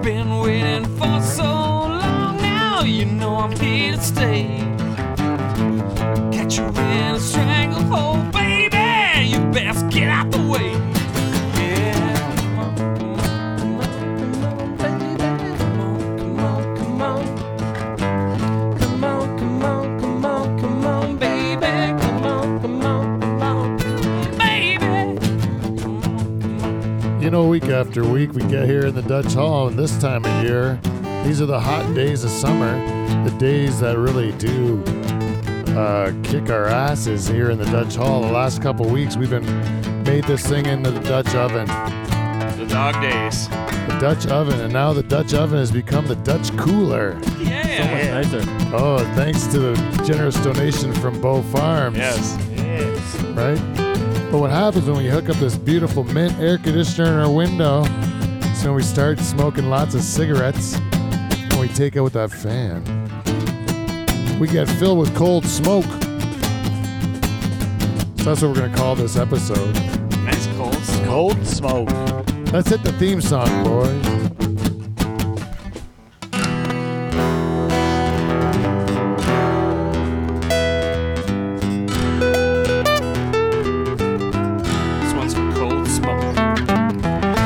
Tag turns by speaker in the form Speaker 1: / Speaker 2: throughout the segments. Speaker 1: waiting for so long now. You know I'm here to stay. Catch you in a stranglehold, baby. You best get out the way. Yeah, come on, come on, come on, come on, baby. Come on, come on, come on. Come on, come on, come on, come on, baby. Come on, come on, come on, baby. Come on, come on.
Speaker 2: You know, week after week, we get here in the Dutch Hall, and this time of year, these are the hot days of summer, the days that really do uh, kick our asses here in the Dutch Hall. The last couple weeks, we've been made this thing into the Dutch oven,
Speaker 3: The dog days.
Speaker 2: the Dutch oven, and now the Dutch oven has become the Dutch cooler.
Speaker 1: Yeah.
Speaker 4: Nicer.
Speaker 2: Oh, thanks to the generous donation from Bow Farms.
Speaker 3: Yes.
Speaker 2: right? But what happens when we hook up this beautiful mint air conditioner in our window is when we start smoking lots of cigarettes and we take out that fan. We get filled with cold smoke. So that's what we're going to call this episode.
Speaker 3: Nice cold.
Speaker 4: Cold smoke.
Speaker 2: Let's hit the theme song, boys.
Speaker 3: This one's from cold smoke.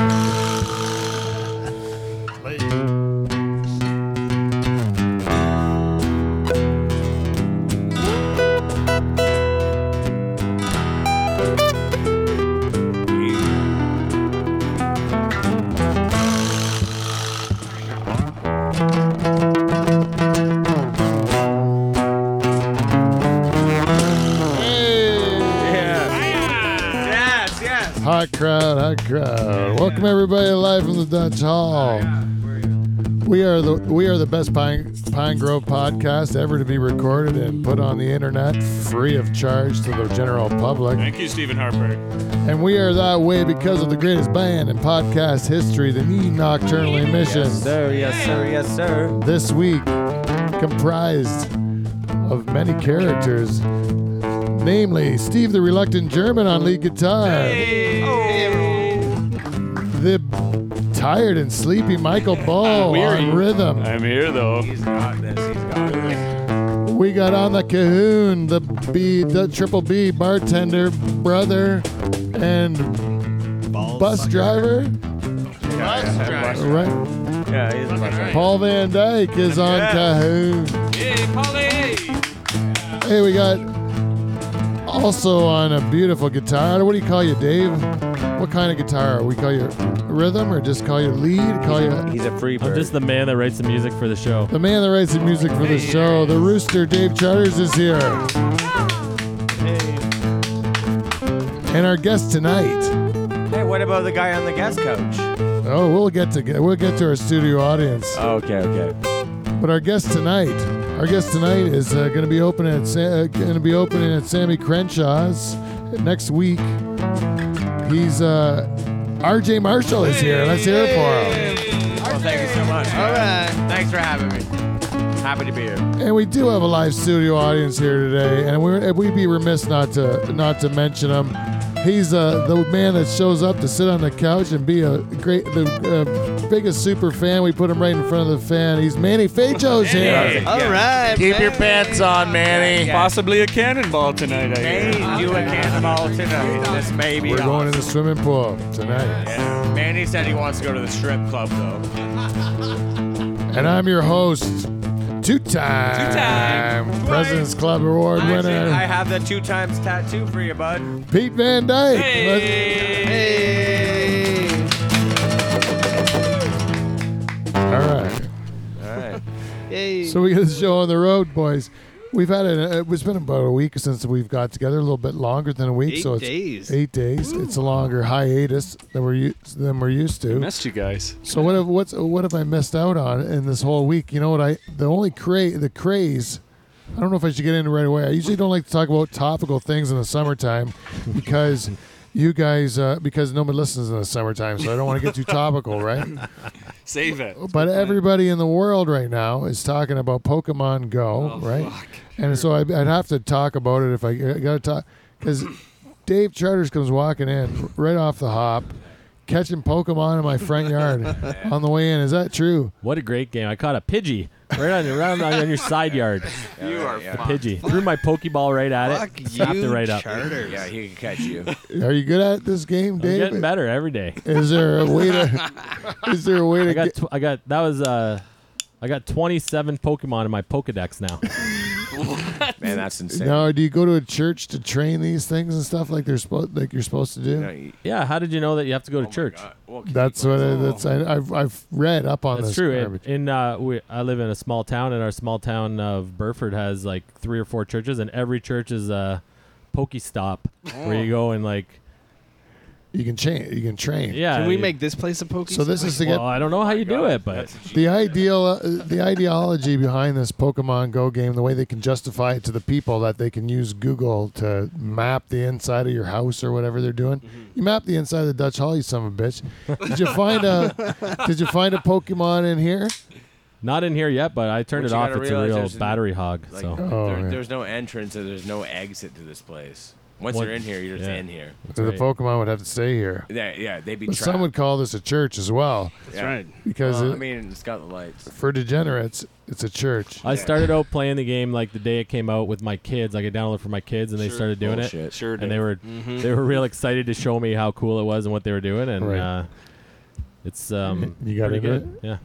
Speaker 3: Yeah. Yes, yes.
Speaker 2: Hot crowd, hot crowd. Welcome everybody live from the Dutch
Speaker 3: Oh,
Speaker 2: Hall. We are the we are the best Pine Pine Grove podcast ever to be recorded and put on the internet free of charge to the general public.
Speaker 3: Thank you, Stephen Harper.
Speaker 2: And we are that way because of the greatest band in podcast history, the Need Nocturnal Emissions.
Speaker 4: Sir, yes, sir, yes, sir.
Speaker 2: This week comprised of many characters, namely Steve the Reluctant German on lead guitar.
Speaker 5: Oh.
Speaker 2: the tired and sleepy Michael Ball on rhythm.
Speaker 3: I'm here though.
Speaker 2: We got on the Cahoon, the B, the Triple B bartender brother, and bus driver. Right,
Speaker 4: Yeah, he's a bus
Speaker 2: Paul Van Dyke is on Cahoon.
Speaker 1: Hey, Polly.
Speaker 2: Hey, we got also on a beautiful guitar. What do you call you, Dave? What kind of guitar? We call you rhythm, or just call you lead? Call you
Speaker 4: He's a free
Speaker 6: I'm
Speaker 4: bird.
Speaker 6: just the man that writes the music for the show.
Speaker 2: The man that writes the music for the show, the rooster Dave Charters, is here. And our guest tonight.
Speaker 4: Hey, what about the guy on the guest coach?
Speaker 2: Oh, we'll get to we'll get to our studio audience.
Speaker 4: Okay, okay.
Speaker 2: But our guest tonight, our guest tonight is uh, going to be opening at Sa- uh, going to be opening at Sammy Crenshaw's next week. He's uh, R.J. Marshall is here. Let's hear it for him.
Speaker 4: Well, thank you so much. All right. Thanks for having me. Happy to be here.
Speaker 2: And we do have a live studio audience here today, and we're, we'd be remiss not to not to mention him. He's uh, the man that shows up to sit on the couch and be a great, the uh, biggest super fan. We put him right in front of the fan. He's Manny Fajo's here.
Speaker 7: All right.
Speaker 5: Keep your pants on, Manny.
Speaker 3: Possibly a cannonball tonight, I
Speaker 4: Hey,
Speaker 3: hear.
Speaker 4: you a cannonball tonight. This may be
Speaker 2: We're going
Speaker 4: on.
Speaker 2: in the swimming pool tonight,
Speaker 4: Yeah. Manny said he wants to go to the strip club, though.
Speaker 2: and I'm your host, two-time, President's Club Award
Speaker 4: Actually,
Speaker 2: winner
Speaker 4: I have the two times tattoo for you, bud.
Speaker 2: Pete Van Dyke. All right. So we got the show on the road, boys. We've had it. It's been about a week since we've got together. A little bit longer than a week.
Speaker 7: Eight
Speaker 2: so it's
Speaker 7: days.
Speaker 2: Eight days. It's a longer hiatus than we're u- than we're used to.
Speaker 3: Missed you guys.
Speaker 2: So what have what's what have I missed out on in this whole week? You know what I? The only cra- the craze. I don't know if I should get into it right away. I usually don't like to talk about topical things in the summertime because you guys uh, because nobody listens in the summertime. So I don't want to get too topical, right?
Speaker 3: Save it.
Speaker 2: But everybody in the world right now is talking about Pokemon Go,
Speaker 3: Oh,
Speaker 2: right? And so I, I'd have to talk about it if I, got to talk because Dave Charters comes walking in right off the hop, catching Pokemon in my front yard on the way in. Is that true?
Speaker 6: What a great game! I caught a Pidgey right on your right on, on your side yard.
Speaker 4: You are
Speaker 6: Pidgey threw my Pokeball right at
Speaker 7: Fuck
Speaker 6: it, snapped
Speaker 7: you,
Speaker 6: it right up.
Speaker 7: charters.
Speaker 4: Yeah, he can catch you.
Speaker 2: Are you good at this game,
Speaker 6: I'm
Speaker 2: Dave?
Speaker 6: getting better every day.
Speaker 2: Is there a way to? is there a way to
Speaker 6: I got
Speaker 2: get?
Speaker 6: tw- I got that was uh, I got 27 Pokemon in my Pokedex now.
Speaker 4: Man, that's insane.
Speaker 2: Now, do you go to a church to train these things and stuff like they're supposed like you're supposed to do?
Speaker 4: No, you-
Speaker 6: Yeah, how did you know that you have to go to
Speaker 4: oh my
Speaker 6: church?
Speaker 4: God. Well,
Speaker 2: That's what I, that's I, I've I've read up on
Speaker 6: That's
Speaker 2: this.
Speaker 6: true. In,
Speaker 2: garbage.
Speaker 6: in uh, we, I live in a small town, and our small town of Burford has like three or four churches, and every church is a Pokestop where
Speaker 4: Oh.
Speaker 6: you go and like
Speaker 2: you can change. You can train.
Speaker 6: yeah.
Speaker 7: Can we
Speaker 6: you-
Speaker 7: make this place a poke?
Speaker 2: So this is to
Speaker 6: Well,
Speaker 2: get
Speaker 6: I don't know
Speaker 4: Oh
Speaker 6: how you do it, but
Speaker 2: the ideal, uh, the ideology behind this Pokemon Go game. The way they can justify it to the people that they can use Google to map the inside of your house or whatever they're doing. You map the inside of the Dutch Hall, you son of a bitch. Did you find a? did you find a Pokemon in here?
Speaker 6: not in here yet. But I turned
Speaker 4: What
Speaker 6: it
Speaker 4: you
Speaker 6: off.
Speaker 4: gotta
Speaker 6: It's a
Speaker 4: realize
Speaker 6: real
Speaker 4: there's an-
Speaker 6: battery hog.
Speaker 4: Like,
Speaker 6: so
Speaker 2: Oh,
Speaker 4: there,
Speaker 2: yeah.
Speaker 4: There's no entrance and there's no exit to this place. Once
Speaker 6: What-
Speaker 4: you're in here, you're just
Speaker 6: yeah.
Speaker 4: in here.
Speaker 2: So the
Speaker 6: right.
Speaker 2: Pokemon would have to stay here.
Speaker 4: Yeah, yeah they'd be
Speaker 2: But
Speaker 4: trapped.
Speaker 2: some would call this a church as well,
Speaker 4: yeah.
Speaker 3: right.
Speaker 2: because
Speaker 4: Well,
Speaker 2: it-
Speaker 4: I mean, it's got the lights.
Speaker 2: for degenerates, it's a church.
Speaker 6: I started out playing the game like the day it came out with my kids. Like I downloaded it for my kids, and they
Speaker 3: Sure.
Speaker 6: started doing it.
Speaker 4: Bullshit.
Speaker 3: Sure.
Speaker 6: and they were they were real excited to show me how cool it was and what they were doing and
Speaker 2: Right.
Speaker 6: uh, it's um
Speaker 2: You got
Speaker 6: pretty
Speaker 2: into
Speaker 6: good yeah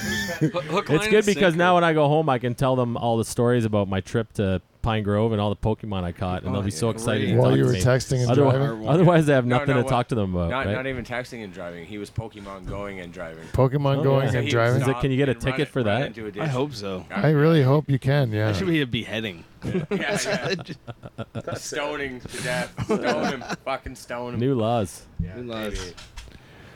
Speaker 3: Hook,
Speaker 6: it's good because now when I go home I can tell them all the stories about my trip to Pine Grove and all the Pokemon I caught and
Speaker 4: Oh,
Speaker 6: they'll be so
Speaker 4: yeah,
Speaker 6: excited
Speaker 4: great.
Speaker 6: to
Speaker 2: While
Speaker 6: talk
Speaker 2: you
Speaker 6: to
Speaker 2: were
Speaker 6: me.
Speaker 2: texting and
Speaker 6: Otherwise,
Speaker 2: driving,
Speaker 6: otherwise I have
Speaker 4: No, no,
Speaker 6: nothing to
Speaker 4: what-
Speaker 6: talk to them about
Speaker 4: Not,
Speaker 6: right?
Speaker 4: not even texting and driving. He was Pokemon going and driving.
Speaker 2: Pokemon
Speaker 6: Oh,
Speaker 2: going
Speaker 6: yeah.
Speaker 2: and
Speaker 4: he
Speaker 2: driving.
Speaker 6: Is it- can you get a ticket for that?
Speaker 4: I
Speaker 7: I hope so.
Speaker 2: I really hope you can. Yeah.
Speaker 7: That should be a beheading.
Speaker 4: Yeah, yeah. Stoning to death. Stone him. Fucking stone him.
Speaker 6: new laws
Speaker 4: Yeah,
Speaker 7: New laws.
Speaker 4: maybe.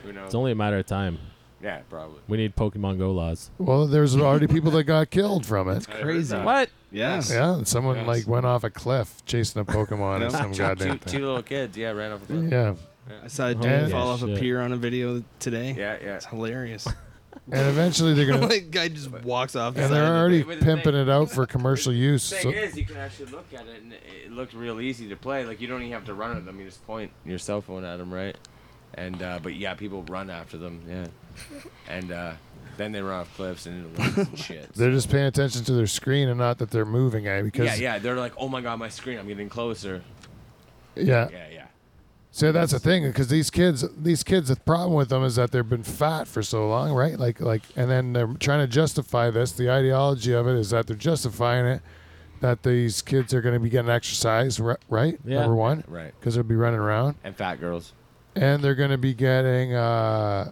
Speaker 4: Who knows?
Speaker 6: it's only a matter of time
Speaker 4: yeah, probably.
Speaker 6: we need Pokemon Go laws
Speaker 2: Well, there's already people that got killed from it.
Speaker 7: Crazy.
Speaker 6: what
Speaker 7: Yes.
Speaker 2: Yeah, and someone
Speaker 3: Yes.
Speaker 2: like went off a cliff chasing a Pokemon
Speaker 7: No.
Speaker 2: or some
Speaker 4: Two,
Speaker 2: goddamn
Speaker 4: two
Speaker 2: thing.
Speaker 4: little kids. Yeah, ran off a cliff.
Speaker 2: Yeah,
Speaker 7: I saw a dude
Speaker 2: Yeah.
Speaker 7: fall off a
Speaker 6: Shit.
Speaker 7: pier on a video today.
Speaker 4: Yeah, yeah.
Speaker 7: It's hilarious.
Speaker 2: and eventually they're gonna
Speaker 7: like guy just walks off.
Speaker 2: and
Speaker 7: the
Speaker 2: they're
Speaker 7: side of
Speaker 2: already
Speaker 4: Wait, wait, the
Speaker 2: pimping
Speaker 4: thing-
Speaker 2: it out for commercial use. So,
Speaker 4: Thing is, you can actually look at it, and it looked real easy to play. Like you don't even have to run at them; you just point your cell phone at them, right? And uh, but yeah, people run after them, yeah. And uh, then they run off cliffs and into lakes and shit.
Speaker 2: they're just paying attention to their screen and not that they're moving. Eh? Because
Speaker 4: yeah, yeah. They're like, oh my god, my screen, I'm getting closer.
Speaker 2: yeah.
Speaker 4: Yeah, yeah.
Speaker 2: So that's the thing, because these kids, these kids, the problem with them is that they've been fat for so long, right? Like, like, and then they're trying to justify this. The ideology of it is that they're justifying it, that these kids are going to be getting exercise, ri- right?
Speaker 6: Yeah.
Speaker 2: Number one,
Speaker 4: Right.
Speaker 2: because they'll be running around,
Speaker 4: And fat girls.
Speaker 2: and they're going to be getting, uh,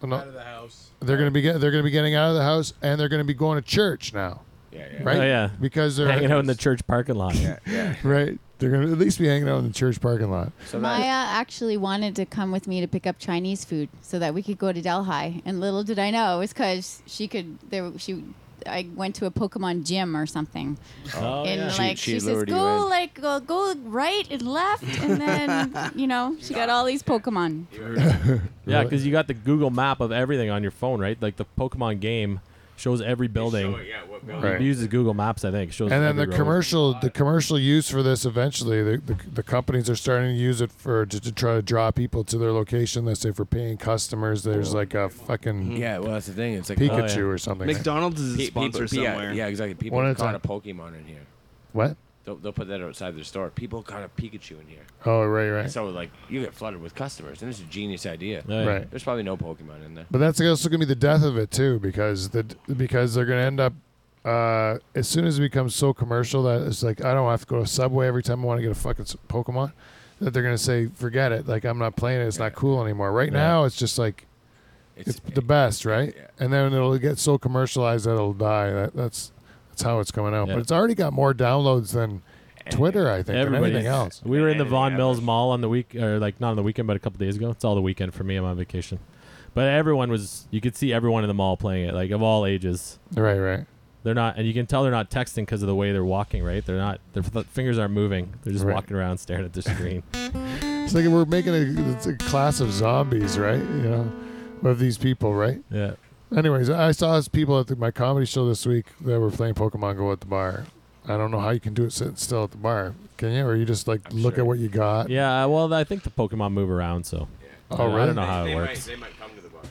Speaker 2: well, no,
Speaker 7: the house.
Speaker 2: they're going to be get, they're going to be getting out of the house, and they're going to be going to church now,
Speaker 4: Yeah, yeah.
Speaker 2: right?
Speaker 6: oh yeah
Speaker 2: Because they're
Speaker 6: hanging out in the church parking lot
Speaker 4: Yeah, yeah.
Speaker 2: right. They're going to at least be hanging out in the church parking lot.
Speaker 4: So
Speaker 8: Maya
Speaker 4: that,
Speaker 8: actually wanted to come with me to pick up Chinese food so that we could go to Delhi. And little did I know it was because she could. There she. I went to a Pokemon gym or something,
Speaker 6: oh
Speaker 8: and
Speaker 6: yeah
Speaker 4: She-
Speaker 8: like
Speaker 4: she
Speaker 8: she, says,
Speaker 4: lured you
Speaker 8: go
Speaker 4: in.
Speaker 8: like go, go right and left, and then you know she got all these Pokemon.
Speaker 6: yeah because you got the Google map of everything on your phone right like the Pokemon game shows every building
Speaker 4: So, yeah, what building?
Speaker 2: Right.
Speaker 6: It uses Google Maps, I think. Shows
Speaker 2: and then
Speaker 6: every
Speaker 2: the
Speaker 6: road.
Speaker 2: commercial the commercial use for this eventually the, the, the companies are starting to use it for to, to try to draw people to their location let's say for paying customers there's like a fucking
Speaker 4: Yeah, well, that's the thing. It's like uh,
Speaker 6: Oh,
Speaker 2: pikachu
Speaker 6: yeah.
Speaker 2: or something
Speaker 7: McDonald's is a
Speaker 4: Pe-
Speaker 7: sponsor
Speaker 4: people- yeah,
Speaker 7: somewhere.
Speaker 4: Yeah, exactly. People
Speaker 2: One at a
Speaker 4: caught
Speaker 2: time.
Speaker 4: a Pokemon in here.
Speaker 2: what
Speaker 4: They'll, they'll put that outside their store. People caught a Pikachu in here.
Speaker 2: oh right right
Speaker 4: So like you get flooded with customers, and it's a genius idea.
Speaker 6: Yeah, yeah.
Speaker 2: right
Speaker 4: There's probably no Pokemon in there.
Speaker 2: but that's also gonna be the death of it too because the because they're gonna end up uh, as soon as it becomes so commercial that it's like I don't have to go to Subway every time I want to get a fucking s- Pokemon, that they're gonna say forget it. Like I'm not playing it. It's not cool anymore. Right
Speaker 6: Yeah.
Speaker 2: now, it's just like it's the best, right?
Speaker 4: yeah.
Speaker 2: And then it'll get so commercialized that it'll die. That, that's that's how it's coming out.
Speaker 6: Yeah.
Speaker 2: But it's already got more downloads than Twitter, I think, than
Speaker 6: Everybody-
Speaker 2: anything else.
Speaker 6: We were in the
Speaker 4: Anything
Speaker 6: Von Mills
Speaker 4: happens.
Speaker 6: Mall on the week, or like not on the weekend, but a couple days ago. It's all the weekend for me. I'm on vacation, but everyone was. You could see everyone in the mall playing it, like of all ages.
Speaker 2: Right, right.
Speaker 6: They're not, and you can tell they're not texting because of the way they're walking. Right? They're not. Their f- fingers aren't moving. They're just
Speaker 2: Right.
Speaker 6: walking around staring at the screen.
Speaker 2: It's like we're making a, it's a class of zombies, right? You know, of these people, right?
Speaker 6: yeah.
Speaker 2: Anyways, I saw these people at the, my comedy show this week that were playing Pokemon Go at the bar. I don't know how you can do it sitting still at the bar. Can you? Or you just like look
Speaker 4: sure.
Speaker 2: at what you got?
Speaker 6: Yeah. Well, I think the Pokemon move around, so
Speaker 2: Oh,
Speaker 6: I
Speaker 2: really?
Speaker 6: don't know how
Speaker 4: they
Speaker 6: it
Speaker 4: Might,
Speaker 6: works.
Speaker 4: they might come to the bar.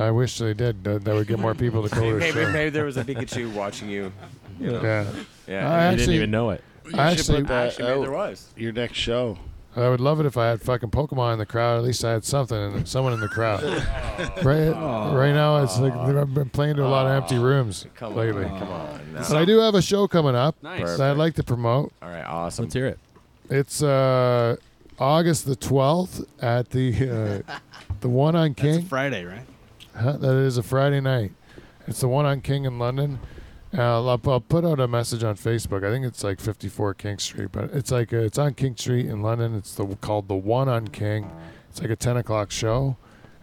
Speaker 2: I wish they did. That, that would get more people to go to the
Speaker 4: Maybe,
Speaker 2: show.
Speaker 4: maybe there was a Pikachu watching you.
Speaker 2: Yeah.
Speaker 4: Yeah. uh, oh.
Speaker 2: I
Speaker 6: You didn't
Speaker 2: actually-
Speaker 6: even know it.
Speaker 5: You
Speaker 2: I
Speaker 5: should
Speaker 2: actually-
Speaker 5: put that
Speaker 4: Actually, maybe
Speaker 5: out
Speaker 4: there was.
Speaker 5: your next show.
Speaker 2: I would love it if I had fucking Pokemon in the crowd. At least I had something, and someone in the crowd. right, right now it's like I've been playing to a lot of empty rooms
Speaker 4: Come
Speaker 2: lately.
Speaker 4: on. Come on.
Speaker 2: But I do have a show coming up
Speaker 4: Nice.
Speaker 2: that I'd like to promote.
Speaker 4: All right. Awesome.
Speaker 6: Let's hear it.
Speaker 2: It's uh, August the twelfth at the uh, the one on
Speaker 7: That's a
Speaker 2: King.
Speaker 7: Friday, right?
Speaker 2: Huh? That is a Friday night. It's the one on King in London. Uh, I'll, I'll put out a message on Facebook. I think it's like 54 King Street, but it's like uh it's on King Street in London. It's the called the One on King. It's like a 10 o'clock show,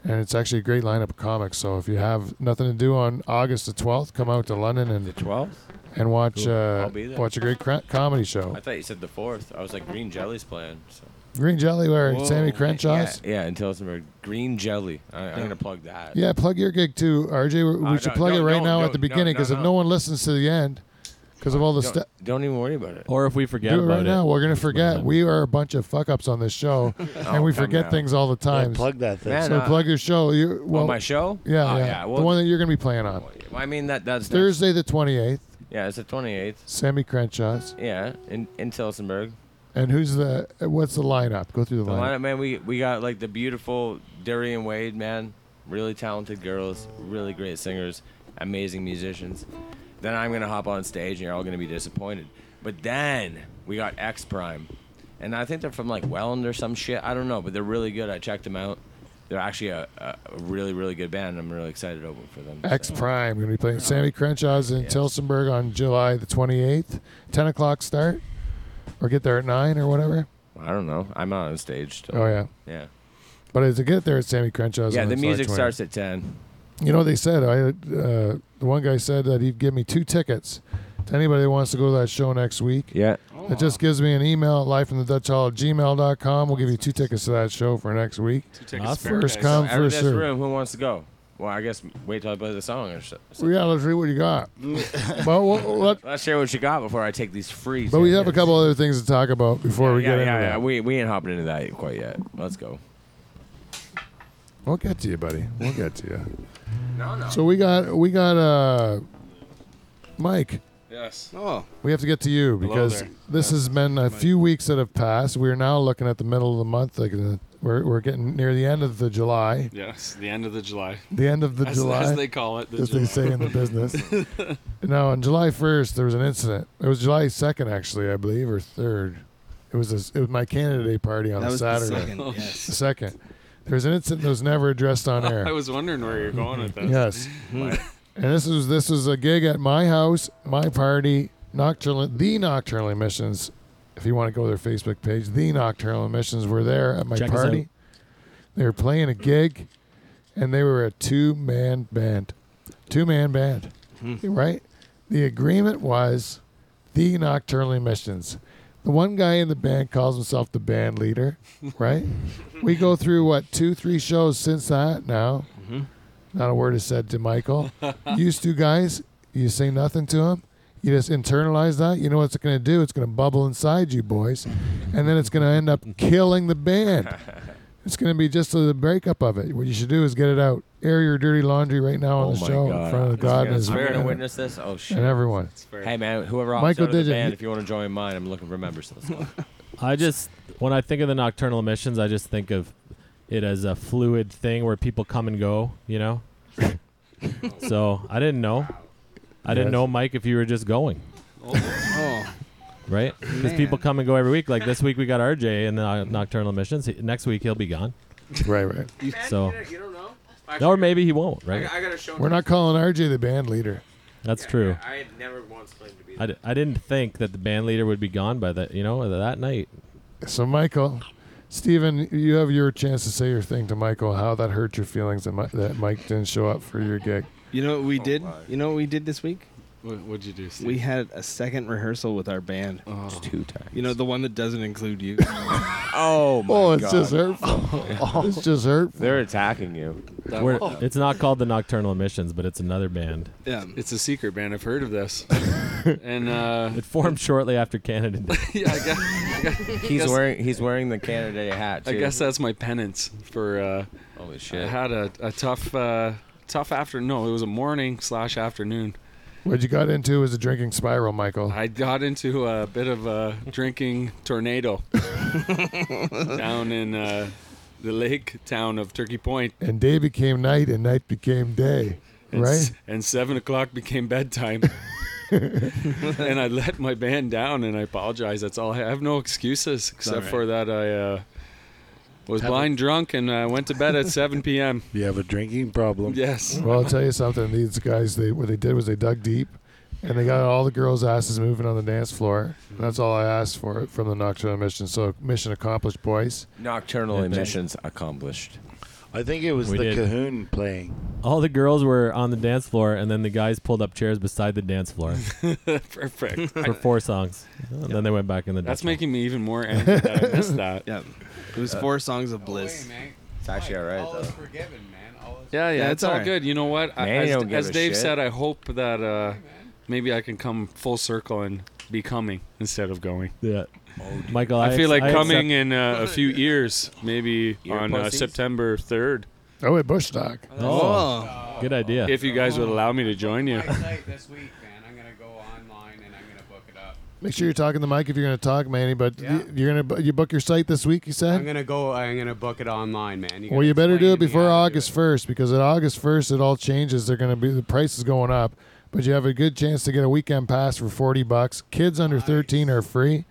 Speaker 2: and it's actually a great lineup of comics. So if you have nothing to do on August the 12th, come out to London and
Speaker 4: 12th?
Speaker 2: and watch uh,
Speaker 4: I'll be there.
Speaker 2: watch a great cra- comedy show.
Speaker 4: I thought you said the 4th. I was like, Green Jelly's playing. So.
Speaker 2: Green Jelly, where
Speaker 7: Whoa.
Speaker 2: Sammy Crenshaw's.
Speaker 4: Yeah, yeah, in Tillsonburg. Green Jelly. I, I'm going to plug that.
Speaker 2: Yeah, plug your gig too, RJ. We, we
Speaker 4: Uh,
Speaker 2: should
Speaker 4: no,
Speaker 2: plug
Speaker 4: no,
Speaker 2: it right
Speaker 4: no,
Speaker 2: now
Speaker 4: no,
Speaker 2: at the
Speaker 4: no,
Speaker 2: beginning
Speaker 4: no,
Speaker 2: because if
Speaker 4: no.
Speaker 2: no one listens to the end, because of all the
Speaker 4: Don't,
Speaker 2: stuff.
Speaker 4: don't even worry about it.
Speaker 6: Or if we forget
Speaker 2: Do it
Speaker 6: about
Speaker 2: right now. We're gonna forget.
Speaker 6: Right.
Speaker 2: We are a bunch of fuck ups on this show, and we
Speaker 4: Oh, come
Speaker 2: forget
Speaker 4: now.
Speaker 2: things all the
Speaker 5: Yeah,
Speaker 2: time.
Speaker 5: plug that thing.
Speaker 4: Man,
Speaker 2: so
Speaker 4: uh,
Speaker 2: plug your show. You, well,
Speaker 4: on my show?
Speaker 2: Yeah,
Speaker 4: Oh,
Speaker 2: yeah.
Speaker 4: Well,
Speaker 2: the one that you're gonna be playing on
Speaker 4: well, I mean, that that's next-
Speaker 2: Thursday the 28th.
Speaker 4: Yeah, it's the 28th.
Speaker 2: Sammy Crenshaw's.
Speaker 4: Yeah, in, in Tillsonburg.
Speaker 2: And who's the? What's the lineup? Go through the,
Speaker 4: The
Speaker 2: lineup.
Speaker 4: lineup, man, we, we got like the beautiful Darian Wade, man. Really talented girls, really great singers, amazing musicians. Then I'm going to hop on stage and you're all going to be disappointed. But then we got X Prime. And I think they're from like Welland or some shit. I don't know, but they're really good. I checked them out. They're actually a, a a really, really good band. I'm really excited over for them.
Speaker 2: X
Speaker 4: so.
Speaker 2: Prime gonna be playing Sammy Crenshaw's in
Speaker 4: uh, Yes.
Speaker 2: Tillsonburg on July the 28th, 10 o'clock start, or get there at nine or
Speaker 4: Uh,
Speaker 2: whatever.
Speaker 4: I don't know. I'm not on stage. Still.
Speaker 2: Oh yeah,
Speaker 4: Yeah.
Speaker 2: but it's to get there at Sammy Crenshaw's.
Speaker 4: Yeah,
Speaker 2: on
Speaker 4: the
Speaker 2: July
Speaker 4: music
Speaker 2: 28th.
Speaker 4: starts at 10.
Speaker 2: You know, they said I. Uh, the one guy said that he'd give me two tickets to anybody that wants to go to that show next week.
Speaker 4: Yeah.
Speaker 2: It just gives me an email at lifeinthedutchhall at gmail.com. We'll give you two tickets to that show for next week.
Speaker 3: Two tickets
Speaker 6: Awesome.
Speaker 3: for
Speaker 2: First
Speaker 3: paradise.
Speaker 2: come,
Speaker 4: Out of
Speaker 2: first
Speaker 4: this
Speaker 2: served.
Speaker 4: room, who wants to go? Well, I guess wait till I play the song or so-
Speaker 2: Well, Yeah, let's read what you got. but we'll, let,
Speaker 4: Let's hear what you got before I take these free.
Speaker 2: but we have a
Speaker 4: tickets.
Speaker 2: couple other things to talk about before we
Speaker 4: yeah,
Speaker 2: get
Speaker 4: yeah,
Speaker 2: into
Speaker 4: yeah.
Speaker 2: that.
Speaker 4: We, we ain't hopping into that quite yet. Let's go.
Speaker 2: We'll get to you, buddy. We'll get to you.
Speaker 4: No, no.
Speaker 2: So we got we got uh, Mike.
Speaker 3: Yes.
Speaker 7: Oh,
Speaker 2: We have to get to you because
Speaker 3: there.
Speaker 2: this has been a few weeks that have passed. We're now looking at the middle of the month. Like the, we're, we're getting near the end of the July.
Speaker 3: Yes. The end of the July.
Speaker 2: The end of the
Speaker 3: As,
Speaker 2: July.
Speaker 3: as they call it. The
Speaker 2: as they
Speaker 3: July.
Speaker 2: say in the business. now, on July 1st, there was an incident. It was July 2nd, actually, I believe, or 3rd. It was a, it was my candidate Day party on
Speaker 7: that
Speaker 2: a
Speaker 7: was the
Speaker 2: Saturday.
Speaker 7: second. Yes.
Speaker 2: The second. There was an incident that was never addressed on
Speaker 3: Oh, I
Speaker 2: air.
Speaker 3: was wondering where you're going with this.
Speaker 2: yes. and this was this was a gig at my house, my party, nocturnal the nocturnal emissions. If you want to go to their Facebook page, the nocturnal emissions were there at my
Speaker 6: Check us
Speaker 2: party. They were playing a gig, and they were a two man band, two man band, right? The agreement was the nocturnal emissions. The one guy in the band calls himself the band leader, right? we go through what two, three shows since that now.
Speaker 4: Mm-hmm.
Speaker 2: Not a word is said to Michael. Used to guys, you say nothing to him. You just internalize that. You know what's going to do? It's going to bubble inside you, boys, and then it's going to end up killing the band. It's going to be just the breakup of it. What you should do is get it out. Air your dirty laundry right now on
Speaker 4: Oh
Speaker 2: the
Speaker 4: my
Speaker 2: show
Speaker 4: God.
Speaker 2: in front of
Speaker 4: It's
Speaker 2: God and
Speaker 3: gonna
Speaker 2: his
Speaker 4: I'm
Speaker 3: fair.
Speaker 4: gonna
Speaker 2: and-
Speaker 4: witness this. Oh shit.
Speaker 2: and everyone.
Speaker 3: It's fair.
Speaker 4: Hey man, whoever opts
Speaker 2: Michael
Speaker 4: out of the
Speaker 2: Digit,
Speaker 4: band,
Speaker 2: you-
Speaker 4: if you want to join mine, I'm looking for members. Let's go.
Speaker 6: I just when I think of the nocturnal emissions, I just think of it as a fluid thing where people come and go. You know. so I didn't know. I didn't
Speaker 2: Yes.
Speaker 6: know, Mike, if you were just going,
Speaker 7: Oh,
Speaker 6: right? Because
Speaker 7: Man.
Speaker 6: people come and go every week. Like this week we got RJ in the noc- nocturnal emissions. He- Next week he'll be gone.
Speaker 2: Right, right.
Speaker 6: So-
Speaker 4: don't- don't know.
Speaker 6: Or maybe he won't,
Speaker 4: I,
Speaker 6: right?
Speaker 4: I gotta show.
Speaker 2: We're not calling RJ the band leader.
Speaker 6: That's true.
Speaker 4: I had never once claimed to be.
Speaker 6: I, d- I didn't think that the band leader would be gone by that, you know, that night.
Speaker 2: So, Michael, Stephen, you have your chance to say your thing to Michael. How that hurt your feelings that, Mi- that Mike didn't show up for your gig?
Speaker 7: you know what we did?
Speaker 4: my.
Speaker 7: You know what we did this week?
Speaker 3: What, what'd you do? Steve?
Speaker 7: We had a second rehearsal with our band.
Speaker 3: Oh.
Speaker 4: Two times.
Speaker 7: You know, the one that doesn't include you.
Speaker 4: oh my
Speaker 2: Oh, it's
Speaker 4: god. Oh.
Speaker 2: just hurtful. It's just hurtful.
Speaker 4: They're attacking you.
Speaker 3: That-
Speaker 6: We're, It's not called the Nocturnal Emissions, but it's another band.
Speaker 7: yeah.
Speaker 3: It's a secret band. I've heard of this. and uh,
Speaker 6: It formed shortly after Canada Day.
Speaker 3: yeah, I guess, I guess,
Speaker 4: He's
Speaker 3: guess-
Speaker 4: wearing he's wearing the Canada Day hat
Speaker 3: I
Speaker 4: too.
Speaker 3: guess that's my penance for. Uh,
Speaker 4: Holy shit.
Speaker 3: I had a, a tough uh, tough afternoon. No, it was a morning slash afternoon.
Speaker 2: What you got into was a drinking spiral, Michael.
Speaker 3: I got into a bit of a drinking tornado down in uh, the lake town of Turkey Point.
Speaker 2: And day became night, and night became day.
Speaker 3: And
Speaker 2: Right?
Speaker 3: s- and seven o'clock became bedtime. and I let my band down, and I apologize. That's all. I have no excuses except
Speaker 7: right.
Speaker 3: for that I uh, was
Speaker 7: Have a-
Speaker 3: blind drunk and I went to bed at 7 p.m.
Speaker 9: You have a drinking problem.
Speaker 3: Yes.
Speaker 2: Well, I'll tell you something. These guys, they what they did was they dug deep, and they got all the girls' asses moving on the dance floor. And that's all I asked for from the Nocturnal Mission. So mission accomplished, boys.
Speaker 4: Nocturnal emissions accomplished.
Speaker 9: I think it was
Speaker 6: We
Speaker 9: the
Speaker 6: did.
Speaker 9: Cahoon playing.
Speaker 6: All the girls were on the dance floor, and then the guys pulled up chairs beside the dance floor
Speaker 3: Perfect.
Speaker 6: for four songs. And then they went back in the
Speaker 3: That's
Speaker 6: dance
Speaker 3: making me even more angry that I missed that.
Speaker 7: Yeah. It was four songs of bliss.
Speaker 4: It's actually all right though.
Speaker 10: forgiven, man. All is
Speaker 3: Yeah, yeah,
Speaker 7: Yeah,
Speaker 3: it's,
Speaker 7: it's
Speaker 3: all
Speaker 7: alright.
Speaker 3: good. You know what? I-
Speaker 4: Man, you
Speaker 3: as
Speaker 4: don't give
Speaker 3: as
Speaker 4: a
Speaker 3: Dave
Speaker 4: shit.
Speaker 3: said, I hope that uh, maybe I can come full circle and be coming instead of going.
Speaker 6: Yeah. Michael,
Speaker 3: I,
Speaker 6: I,
Speaker 3: feel
Speaker 6: ex-
Speaker 3: like
Speaker 6: I
Speaker 3: coming in uh, a few years, maybe
Speaker 4: Ear
Speaker 3: on uh,
Speaker 4: pussies?
Speaker 3: September 3rd,
Speaker 2: Oh, at Bushstock.
Speaker 6: accept- Oh,
Speaker 7: Oh.
Speaker 6: good idea.
Speaker 3: if you guys would allow me to join you.
Speaker 10: my site Uh, this week, man. I'm gonna go online and I'm gonna book it up.
Speaker 2: Make sure you're talking to Mike if you're going to talk, Manny. But
Speaker 10: Yeah.
Speaker 2: you- you're going to you book your site this week. You
Speaker 10: I'm
Speaker 2: said.
Speaker 10: gonna go. I'm gonna book it online, man.
Speaker 2: Well, you better do it before August
Speaker 10: first.
Speaker 2: first because at August first it all changes. They're going to be the price is going up, but you have a good chance to get a weekend pass for forty bucks. Kids under thirteen are free,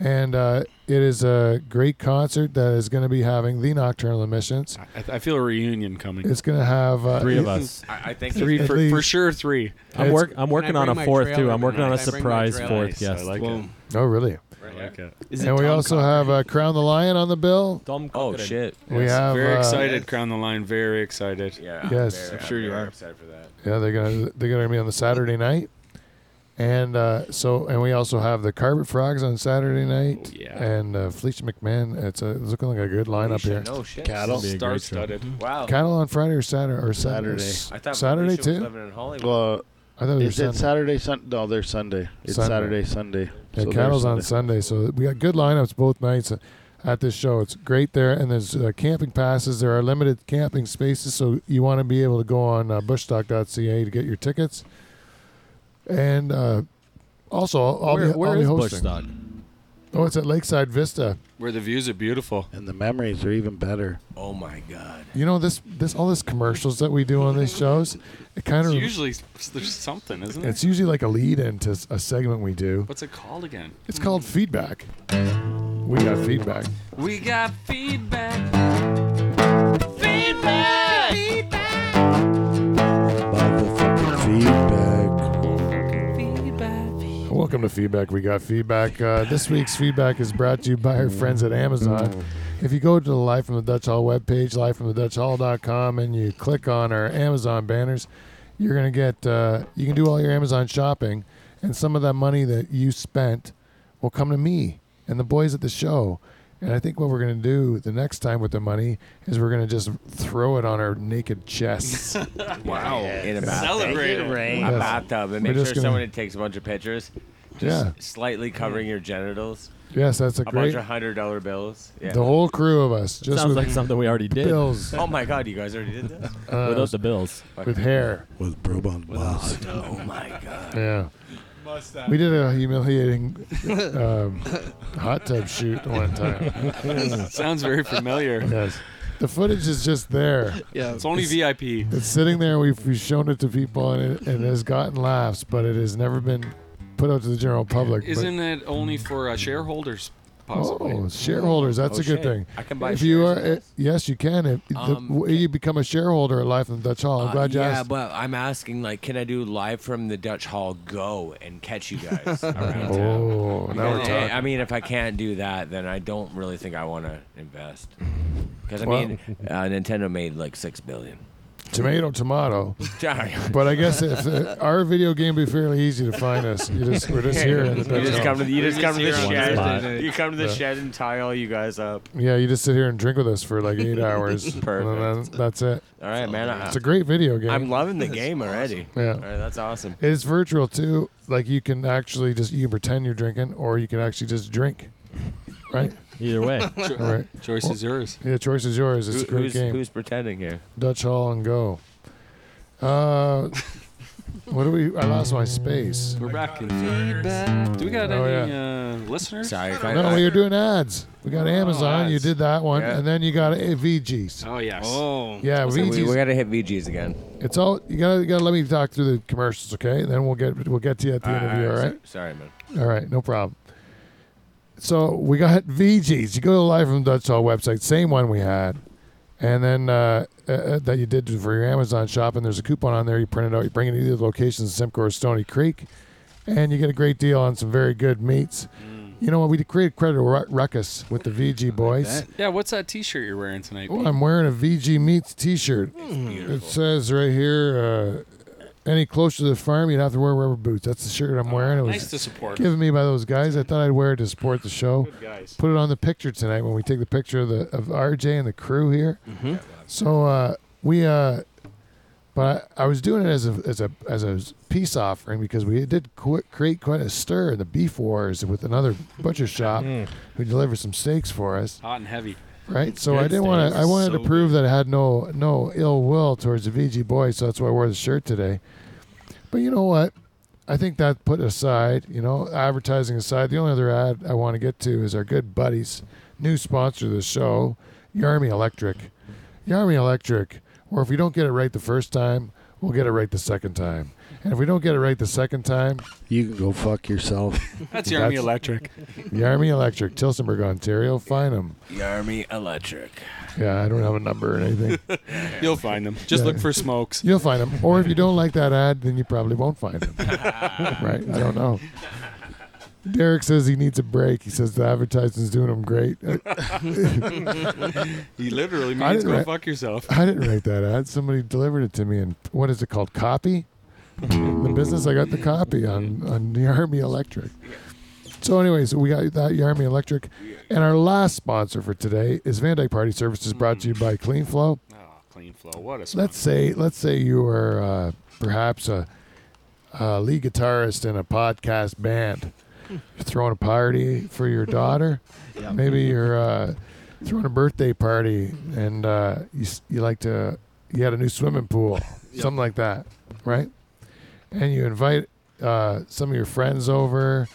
Speaker 2: and uh, it is a great concert that is going to be having the Nocturnal Emissions.
Speaker 3: I, I feel a reunion coming.
Speaker 2: It's going to have uh,
Speaker 6: Three of us.
Speaker 4: I, I think
Speaker 3: Three
Speaker 2: at
Speaker 3: for, for
Speaker 2: least-
Speaker 3: sure, three.
Speaker 6: I'm,
Speaker 2: It's-
Speaker 6: work, I'm working
Speaker 10: I
Speaker 6: on
Speaker 10: bring
Speaker 6: a
Speaker 10: my
Speaker 6: fourth, too.
Speaker 10: trailer
Speaker 6: I'm working on a
Speaker 10: tonight? Can I bring my
Speaker 6: surprise
Speaker 10: trailer?
Speaker 6: fourth
Speaker 3: Nice, I
Speaker 6: guest.
Speaker 3: like
Speaker 7: Boom.
Speaker 2: Oh, really?
Speaker 3: I like it.
Speaker 7: Is it
Speaker 2: and we
Speaker 7: Tom
Speaker 2: also
Speaker 7: Cochran?
Speaker 2: have uh, Crown the Lion on the bill.
Speaker 6: Tom
Speaker 4: Oh
Speaker 6: Cochrane.
Speaker 4: shit.
Speaker 2: We have
Speaker 3: Very
Speaker 2: uh,
Speaker 3: excited, Crown the Line. Very excited.
Speaker 4: Yeah. I'm
Speaker 2: Yes.
Speaker 4: very-
Speaker 2: I'm
Speaker 7: sure you
Speaker 4: very
Speaker 7: are.
Speaker 4: Upset for that.
Speaker 2: Yeah, they're gonna they're gonna be on the Saturday night, and uh, so and we also have the Carpet Frogs on Saturday night,
Speaker 3: Oh, yeah.
Speaker 2: and uh, Felicia McMahon. It's, a, it's looking like a good lineup
Speaker 4: Alicia,
Speaker 2: here.
Speaker 4: No shit.
Speaker 9: Cattle.
Speaker 6: Be a
Speaker 3: Star
Speaker 6: great show.
Speaker 3: studded.
Speaker 2: Mm-hmm.
Speaker 4: Wow.
Speaker 2: Cattle on Friday or Saturday or Saturday?
Speaker 9: Saturday.
Speaker 4: I thought
Speaker 2: Saturday
Speaker 4: Felicia was
Speaker 2: too.
Speaker 4: living in Hollywood.
Speaker 9: Well,
Speaker 2: I thought it was
Speaker 9: is it
Speaker 2: Sunday.
Speaker 9: Saturday? Sun? No, they're Sunday. It's
Speaker 2: Sunday.
Speaker 9: Saturday, Sunday.
Speaker 2: Yeah,
Speaker 9: So they're
Speaker 2: Cattle's on Sunday, so we got good lineups both nights uh, at this show. It's great there, and there's uh, camping passes. There are limited camping spaces, so you want to be able to go on uh, bushstock.ca to get your tickets. And uh, also, I'll, I'll be,
Speaker 6: Where, where
Speaker 2: I'll be
Speaker 6: is
Speaker 2: hosting.
Speaker 6: Bushstock?
Speaker 2: Oh, it's at Lakeside Vista.
Speaker 3: Where the views are beautiful.
Speaker 9: And the memories are even better.
Speaker 4: Oh my god.
Speaker 2: You know this this all this commercials that we do on these shows. It kind
Speaker 3: It's
Speaker 2: of
Speaker 3: usually s- there's something, isn't it?
Speaker 2: it's usually like a lead into s- a segment we do.
Speaker 3: What's it called again?
Speaker 2: It's called feedback. We got feedback.
Speaker 1: We got feedback. Feedback.
Speaker 9: Motherfucking feedback.
Speaker 2: Welcome to Feedback. We got feedback. Uh, this week's feedback is brought to you by our friends at Amazon. If you go to the Live from the Dutch Hall webpage, livefromthedutchhall.com, and you click on our Amazon banners, you're gonna get. Uh, you can do all your Amazon shopping, and some of that money that you spent will come to me and the boys at the show. And I think what we're gonna do the next time with the money is we're gonna just throw it on our naked chests.
Speaker 4: Wow. In a bathtub.
Speaker 3: Celebrate it.
Speaker 4: A
Speaker 2: Yes.
Speaker 4: bathtub and
Speaker 2: We're
Speaker 4: make sure
Speaker 2: just gonna-
Speaker 4: someone that takes a bunch of pictures,
Speaker 2: yeah.
Speaker 4: slightly covering your genitals,
Speaker 2: Yes, that's a
Speaker 4: a
Speaker 2: great.
Speaker 4: bunch of hundred dollar bills. Yeah.
Speaker 2: The whole crew of us, just
Speaker 6: Sounds
Speaker 2: with
Speaker 6: like something we already did
Speaker 2: bills,
Speaker 4: Oh my god, you guys already did this?
Speaker 2: uh,
Speaker 6: without the bills.
Speaker 2: with hair.
Speaker 9: With Brobon Boss.
Speaker 4: oh my god.
Speaker 2: Yeah. We did a humiliating um, hot tub shoot one time.
Speaker 3: Sounds very familiar.
Speaker 2: Yes. The footage is just there.
Speaker 7: Yeah.
Speaker 3: It's only VIP.
Speaker 2: It's sitting there. We've, we've shown it to people and it, and it has gotten laughs, but it has never been put out to the general public. But-
Speaker 3: Isn't it only for uh, shareholders? Possibly.
Speaker 2: Oh, shareholders. That's
Speaker 4: Oh,
Speaker 2: a good
Speaker 4: shit.
Speaker 2: thing.
Speaker 4: I can buy
Speaker 2: if you
Speaker 4: shares
Speaker 2: are, uh, eh,
Speaker 4: in this?
Speaker 2: yes, you can. If
Speaker 4: Um,
Speaker 2: the, way you become a shareholder at Life in the Dutch Hall. I'm
Speaker 4: Uh,
Speaker 2: glad you
Speaker 4: yeah,
Speaker 2: asked.
Speaker 4: but I'm asking, like, can I do live from the Dutch Hall Go and catch you guys around
Speaker 2: oh,
Speaker 4: town?
Speaker 2: now we're
Speaker 4: Because,
Speaker 2: talking.
Speaker 4: eh, I mean, if I can't do that, then I don't really think I want to invest. Because I
Speaker 2: Well-
Speaker 4: mean, uh, Nintendo made like six billion.
Speaker 2: Tomato, tomato.
Speaker 4: Sorry.
Speaker 2: But I guess if uh, our video game would be fairly easy to find us, you just we're just here.
Speaker 4: You just come to the, you just come to the
Speaker 6: here on Saturday
Speaker 4: shed.
Speaker 6: night.
Speaker 4: You come to the
Speaker 2: Yeah.
Speaker 4: shed and tie all you guys up.
Speaker 2: yeah, you just sit here and drink with us for like eight hours. and then
Speaker 4: Perfect.
Speaker 2: that's it.
Speaker 4: All right, man. I,
Speaker 2: It's a great video game.
Speaker 4: I'm loving the game already.
Speaker 2: Yeah.
Speaker 4: All right, that's awesome.
Speaker 2: It's virtual too. Like you can actually just you can pretend you're drinking, or you can actually just drink. Right.
Speaker 6: Either way.
Speaker 3: Cho- uh,
Speaker 2: All right.
Speaker 3: Choice is yours.
Speaker 2: Yeah, choice is yours. It's
Speaker 4: Who,
Speaker 2: a great
Speaker 4: who's,
Speaker 2: game.
Speaker 4: who's pretending here?
Speaker 2: Dutch Hall and Go. Uh, what do we? I lost my space.
Speaker 3: We're back in feedback. Do we got
Speaker 2: Oh,
Speaker 3: any uh, listeners?
Speaker 4: Sorry. if I-
Speaker 2: No,
Speaker 4: I- Oh,
Speaker 2: we were doing ads. We got Amazon. You
Speaker 4: ads.
Speaker 2: did that one,
Speaker 4: Yeah.
Speaker 2: and then you got a VGs.
Speaker 3: Oh yes.
Speaker 7: Oh.
Speaker 2: Yeah,
Speaker 4: so we, we
Speaker 2: VGs.
Speaker 4: gotta hit VGs again.
Speaker 2: It's all you gotta you gotta let me talk through the commercials, okay? Then we'll get we'll get to you at the interview. All right,
Speaker 4: so- Sorry, man.
Speaker 2: all right, no problem. So we got VGs. You go to the live from Dutch Hall website, same one we had, and then uh, uh, uh, that you did for your Amazon shop. And there's a coupon on there. You print it out. You bring it to either location, Simcoe or Stony Creek, and you get a great deal on some very good meats. You know what? We created quite a ru- ruckus with the VG boys.
Speaker 3: Yeah. What's that T-shirt you're wearing tonight?
Speaker 2: Well, I'm wearing a VG Meats T-shirt. It says right here, uh, any closer to the farm, you'd have to wear rubber boots. That's the shirt I'm wearing. It was
Speaker 3: Oh, nice to support.
Speaker 2: given me by those guys. I thought I'd wear it to support the show. Put it on the picture tonight when we take the picture of the of RJ and the crew here.
Speaker 3: Mm-hmm.
Speaker 2: So uh, we, uh, but I, I was doing it as a as a as a peace offering because we did qu- create quite a stir in the beef wars with another butcher shop
Speaker 3: Mm.
Speaker 2: who delivered some steaks for us
Speaker 3: Hot and heavy.
Speaker 2: right? So
Speaker 7: Good
Speaker 2: I didn't want to.
Speaker 7: things.
Speaker 2: I wanted
Speaker 7: So
Speaker 2: to prove that I had no no ill will towards the VG boys, so that's why I wore the shirt today. But you know what? I think that put aside, you know, advertising aside, the only other ad I want to get to is our good buddies, new sponsor of the show, Yarmy Electric. Yarmy Electric, where if we don't get it right the first time, we'll get it right the second time. And if we don't get it right the second time,
Speaker 9: You can go fuck yourself.
Speaker 3: That's your Army
Speaker 2: That's-
Speaker 3: Electric.
Speaker 2: Yarmy Electric, Tilsonburg, Ontario, find them.
Speaker 4: Yarmy Electric.
Speaker 2: Yeah, I don't have a number or anything.
Speaker 3: You'll find them. Just
Speaker 2: Yeah.
Speaker 3: look for smokes.
Speaker 2: You'll find them. Or if you don't like that ad, then you probably won't find them. right? I don't know. Derek says he needs a break. He says the advertising's doing him great. Uh, I,
Speaker 3: He literally
Speaker 2: I
Speaker 3: means
Speaker 2: didn't
Speaker 3: go
Speaker 2: write-
Speaker 3: fuck yourself.
Speaker 2: I didn't write that ad. Somebody delivered it to me. And what is it called? Copy? the business, I got the copy on, on Yarmy Electric. So, anyway, so we got that Yarmy Electric. And our last sponsor for today is Van Dyke Party Services, brought to you by Clean Flow.
Speaker 3: Oh, clean flow. What a
Speaker 2: let's
Speaker 3: sponsor.
Speaker 2: say let's say you were uh, perhaps a, a lead guitarist in a podcast band you're throwing a party for your daughter maybe you're uh, throwing a birthday party and uh, you, s- you like to you had a new swimming pool something like that right and you invite uh, some of your friends over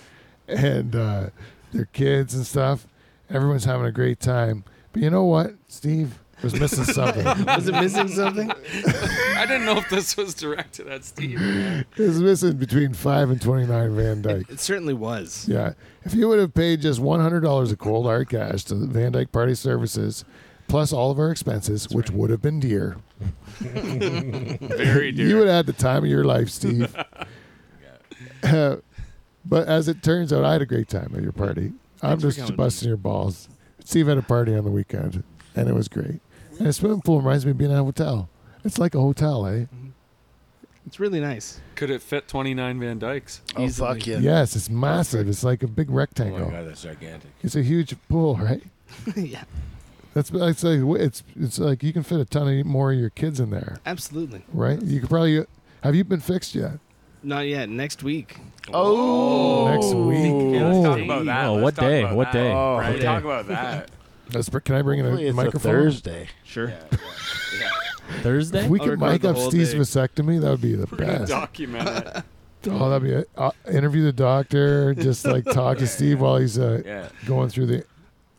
Speaker 2: and uh, their kids and stuff everyone's having a great time but you know what steve was missing something
Speaker 7: Was it missing something?
Speaker 3: I didn't know if this was directed at Steve.
Speaker 2: is missing between five and twenty nine Van Dyke.
Speaker 7: It certainly was.
Speaker 2: Yeah, if you would have paid just one hundred dollars of cold hard cash to the Van Dyke Party Services, plus all of our expenses, which would have been dear,
Speaker 3: Very dear.
Speaker 2: you would have had the time of your life, Steve. Uh, but as it turns out, I had a great time at your party. I'm
Speaker 7: Thanks for
Speaker 2: just
Speaker 7: coming.
Speaker 2: busting your balls. Steve had a party on the weekend, and it was great. And a swimming pool reminds me of being in a hotel. It's like a hotel, eh?
Speaker 7: It's really nice.
Speaker 3: Could it fit 29 Van Dykes?
Speaker 9: oh fuck you.
Speaker 2: Yes, it's massive. It's like a big
Speaker 4: Oh my
Speaker 2: rectangle.
Speaker 4: god, that's gigantic.
Speaker 2: It's a huge pool, right?
Speaker 7: yeah,
Speaker 2: That's it's like it's it's like you can fit a ton of more of your kids in there,
Speaker 7: absolutely.
Speaker 2: right? You could probably have you been fixed yet?
Speaker 7: Not yet. Next week.
Speaker 9: Oh.
Speaker 2: Next week.
Speaker 4: Yeah, let's talk
Speaker 2: Oh.
Speaker 4: about that.
Speaker 6: Oh,
Speaker 4: Let's
Speaker 6: what
Speaker 4: talk
Speaker 6: day?
Speaker 4: about
Speaker 6: What
Speaker 4: that.
Speaker 6: day?
Speaker 4: Oh,
Speaker 6: What
Speaker 4: right.
Speaker 6: day?
Speaker 4: Talk about that.
Speaker 2: That's, can I bring in
Speaker 9: Hopefully
Speaker 2: a
Speaker 9: it's
Speaker 2: microphone?
Speaker 9: a Thursday.
Speaker 7: Sure.
Speaker 4: Yeah.
Speaker 6: Thursday?
Speaker 2: If we
Speaker 7: I'll
Speaker 2: could
Speaker 7: record
Speaker 2: mic
Speaker 7: the
Speaker 2: up
Speaker 7: whole
Speaker 2: Steve's
Speaker 7: day.
Speaker 2: vasectomy, that would be the best.
Speaker 3: Document it.
Speaker 2: Oh, that'd be a, uh, interview the doctor, just like talk to Steve while he's uh,
Speaker 4: Yeah.
Speaker 2: going through the.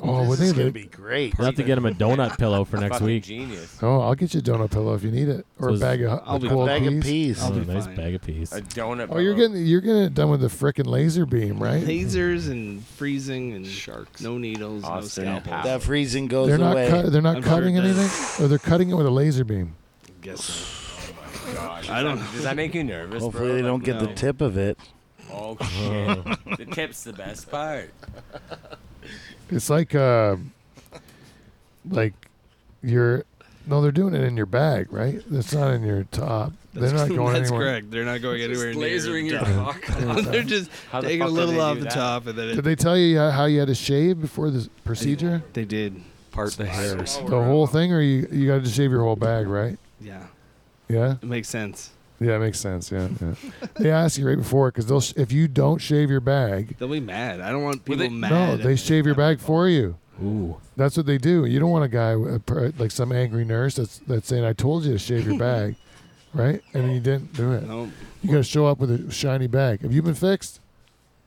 Speaker 2: Oh,
Speaker 9: this
Speaker 2: would
Speaker 9: is
Speaker 2: they?
Speaker 9: gonna be great.
Speaker 6: We'll have to get him a donut pillow for next
Speaker 4: Fucking
Speaker 6: week.
Speaker 4: genius.
Speaker 2: Oh, I'll get you a donut pillow if you need it, or
Speaker 6: So
Speaker 2: a
Speaker 6: is-
Speaker 2: bag of,
Speaker 7: I'll be-
Speaker 2: cold
Speaker 9: Bag of
Speaker 2: peas.
Speaker 9: peas.
Speaker 6: Oh,
Speaker 7: I'll be
Speaker 6: nice
Speaker 7: fine.
Speaker 6: bag of peas.
Speaker 4: A donut.
Speaker 2: Oh, you're
Speaker 4: bubble.
Speaker 2: getting you're getting it done with a freaking laser beam, right?
Speaker 7: Lasers and freezing and
Speaker 3: Sharks.
Speaker 7: No needles,
Speaker 4: Austin
Speaker 7: no scalpels.
Speaker 4: Powell.
Speaker 9: That freezing goes
Speaker 2: They're not
Speaker 9: away.
Speaker 2: cut, they're not
Speaker 7: I'm sure
Speaker 2: cutting
Speaker 7: it does.
Speaker 2: anything, or they're cutting it with a laser beam.
Speaker 7: Guess so.
Speaker 10: Oh
Speaker 4: God, does
Speaker 7: I don't
Speaker 4: that-
Speaker 7: know.
Speaker 4: Does that make you nervous?
Speaker 9: Hopefully
Speaker 4: bro?
Speaker 9: they don't
Speaker 4: Like,
Speaker 9: get the
Speaker 7: no.
Speaker 9: tip of it.
Speaker 4: Oh shit! the tip's the best part.
Speaker 2: It's like uh, like you're No, they're doing it in your bag, right? That's not in your top. They're not going
Speaker 7: That's
Speaker 2: anywhere.
Speaker 7: correct. They're not going
Speaker 3: Just
Speaker 7: anywhere
Speaker 3: lasering
Speaker 7: near
Speaker 3: your
Speaker 7: the top.
Speaker 3: cock.
Speaker 7: They're just
Speaker 4: How the
Speaker 7: taking a
Speaker 4: fuck do
Speaker 7: little
Speaker 4: they
Speaker 7: off
Speaker 4: do
Speaker 7: the
Speaker 4: that?
Speaker 7: top, and then
Speaker 2: Did
Speaker 7: it,
Speaker 2: they tell you how you had to shave before the procedure?
Speaker 7: they did.
Speaker 3: Part the hairs.
Speaker 2: The whole thing, or you you got to shave your whole bag, right?
Speaker 7: Yeah,
Speaker 2: Yeah,
Speaker 7: it makes sense.
Speaker 2: yeah, it makes sense. Yeah, yeah. they ask you right before because they'll sh- if you don't shave your bag,
Speaker 7: They'll be mad. I don't want
Speaker 3: Well,
Speaker 7: people
Speaker 3: they-
Speaker 7: mad.
Speaker 2: no,
Speaker 7: at
Speaker 2: they
Speaker 7: me.
Speaker 2: shave your bag for you.
Speaker 6: Ooh.
Speaker 2: That's what they do. You don't want a guy uh, per- like some angry nurse that's that's saying, "I told you to shave your bag," right? And you didn't do it.
Speaker 7: No,
Speaker 2: You got to show up with a shiny bag. Have you been fixed,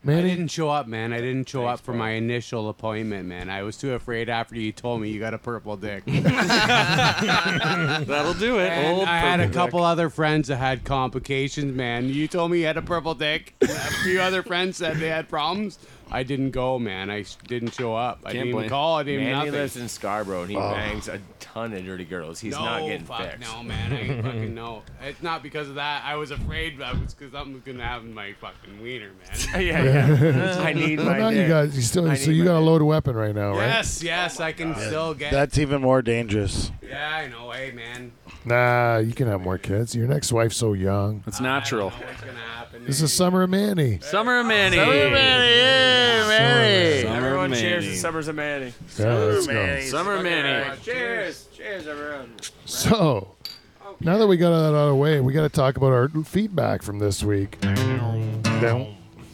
Speaker 10: I
Speaker 2: Manny?
Speaker 10: didn't show up, man. I didn't show up for my initial appointment, man. I was too afraid after you told me you got a purple dick.
Speaker 3: That'll do it.
Speaker 10: And
Speaker 3: Old
Speaker 10: I had a
Speaker 3: purple
Speaker 10: couple other friends that had complications, man. You told me you had a purple dick. a few other friends said they had problems. I didn't go, man. I s- didn't show up. I didn't
Speaker 3: blame-
Speaker 10: even call. I didn't
Speaker 4: Man,
Speaker 10: even
Speaker 4: he lives
Speaker 10: nothing.
Speaker 4: in Scarborough and he bangs a ton of dirty girls. He's
Speaker 10: no,
Speaker 4: not getting
Speaker 10: fuck
Speaker 4: fixed.
Speaker 10: no, man. I fucking know. It's not because of that. I was afraid that was because something was gonna happen to my fucking wiener, man.
Speaker 4: yeah, yeah. I need
Speaker 2: Well,
Speaker 4: my.
Speaker 2: now you
Speaker 4: dick.
Speaker 2: got you still
Speaker 4: I
Speaker 2: so
Speaker 4: need
Speaker 2: you
Speaker 4: my
Speaker 2: got a
Speaker 4: dick.
Speaker 2: loaded weapon right now, right?
Speaker 10: Yes, yes, I can still get.
Speaker 9: That's even more dangerous.
Speaker 10: yeah, I know. Hey, man.
Speaker 2: Nah, you can have more kids. Your next wife's so young.
Speaker 3: It's natural.
Speaker 10: I don't know what's gonna happen.
Speaker 2: This is Summer of Manny.
Speaker 3: Summer of Manny.
Speaker 2: Manny.
Speaker 3: Summer
Speaker 4: Everyone
Speaker 3: Manny.
Speaker 4: cheers to Summers of Manny.
Speaker 2: Yeah, let's go.
Speaker 3: Summer Manny.
Speaker 4: Cheers. Cheers, everyone.
Speaker 2: So, now that we got that out of the way, we got to talk about our feedback from this week.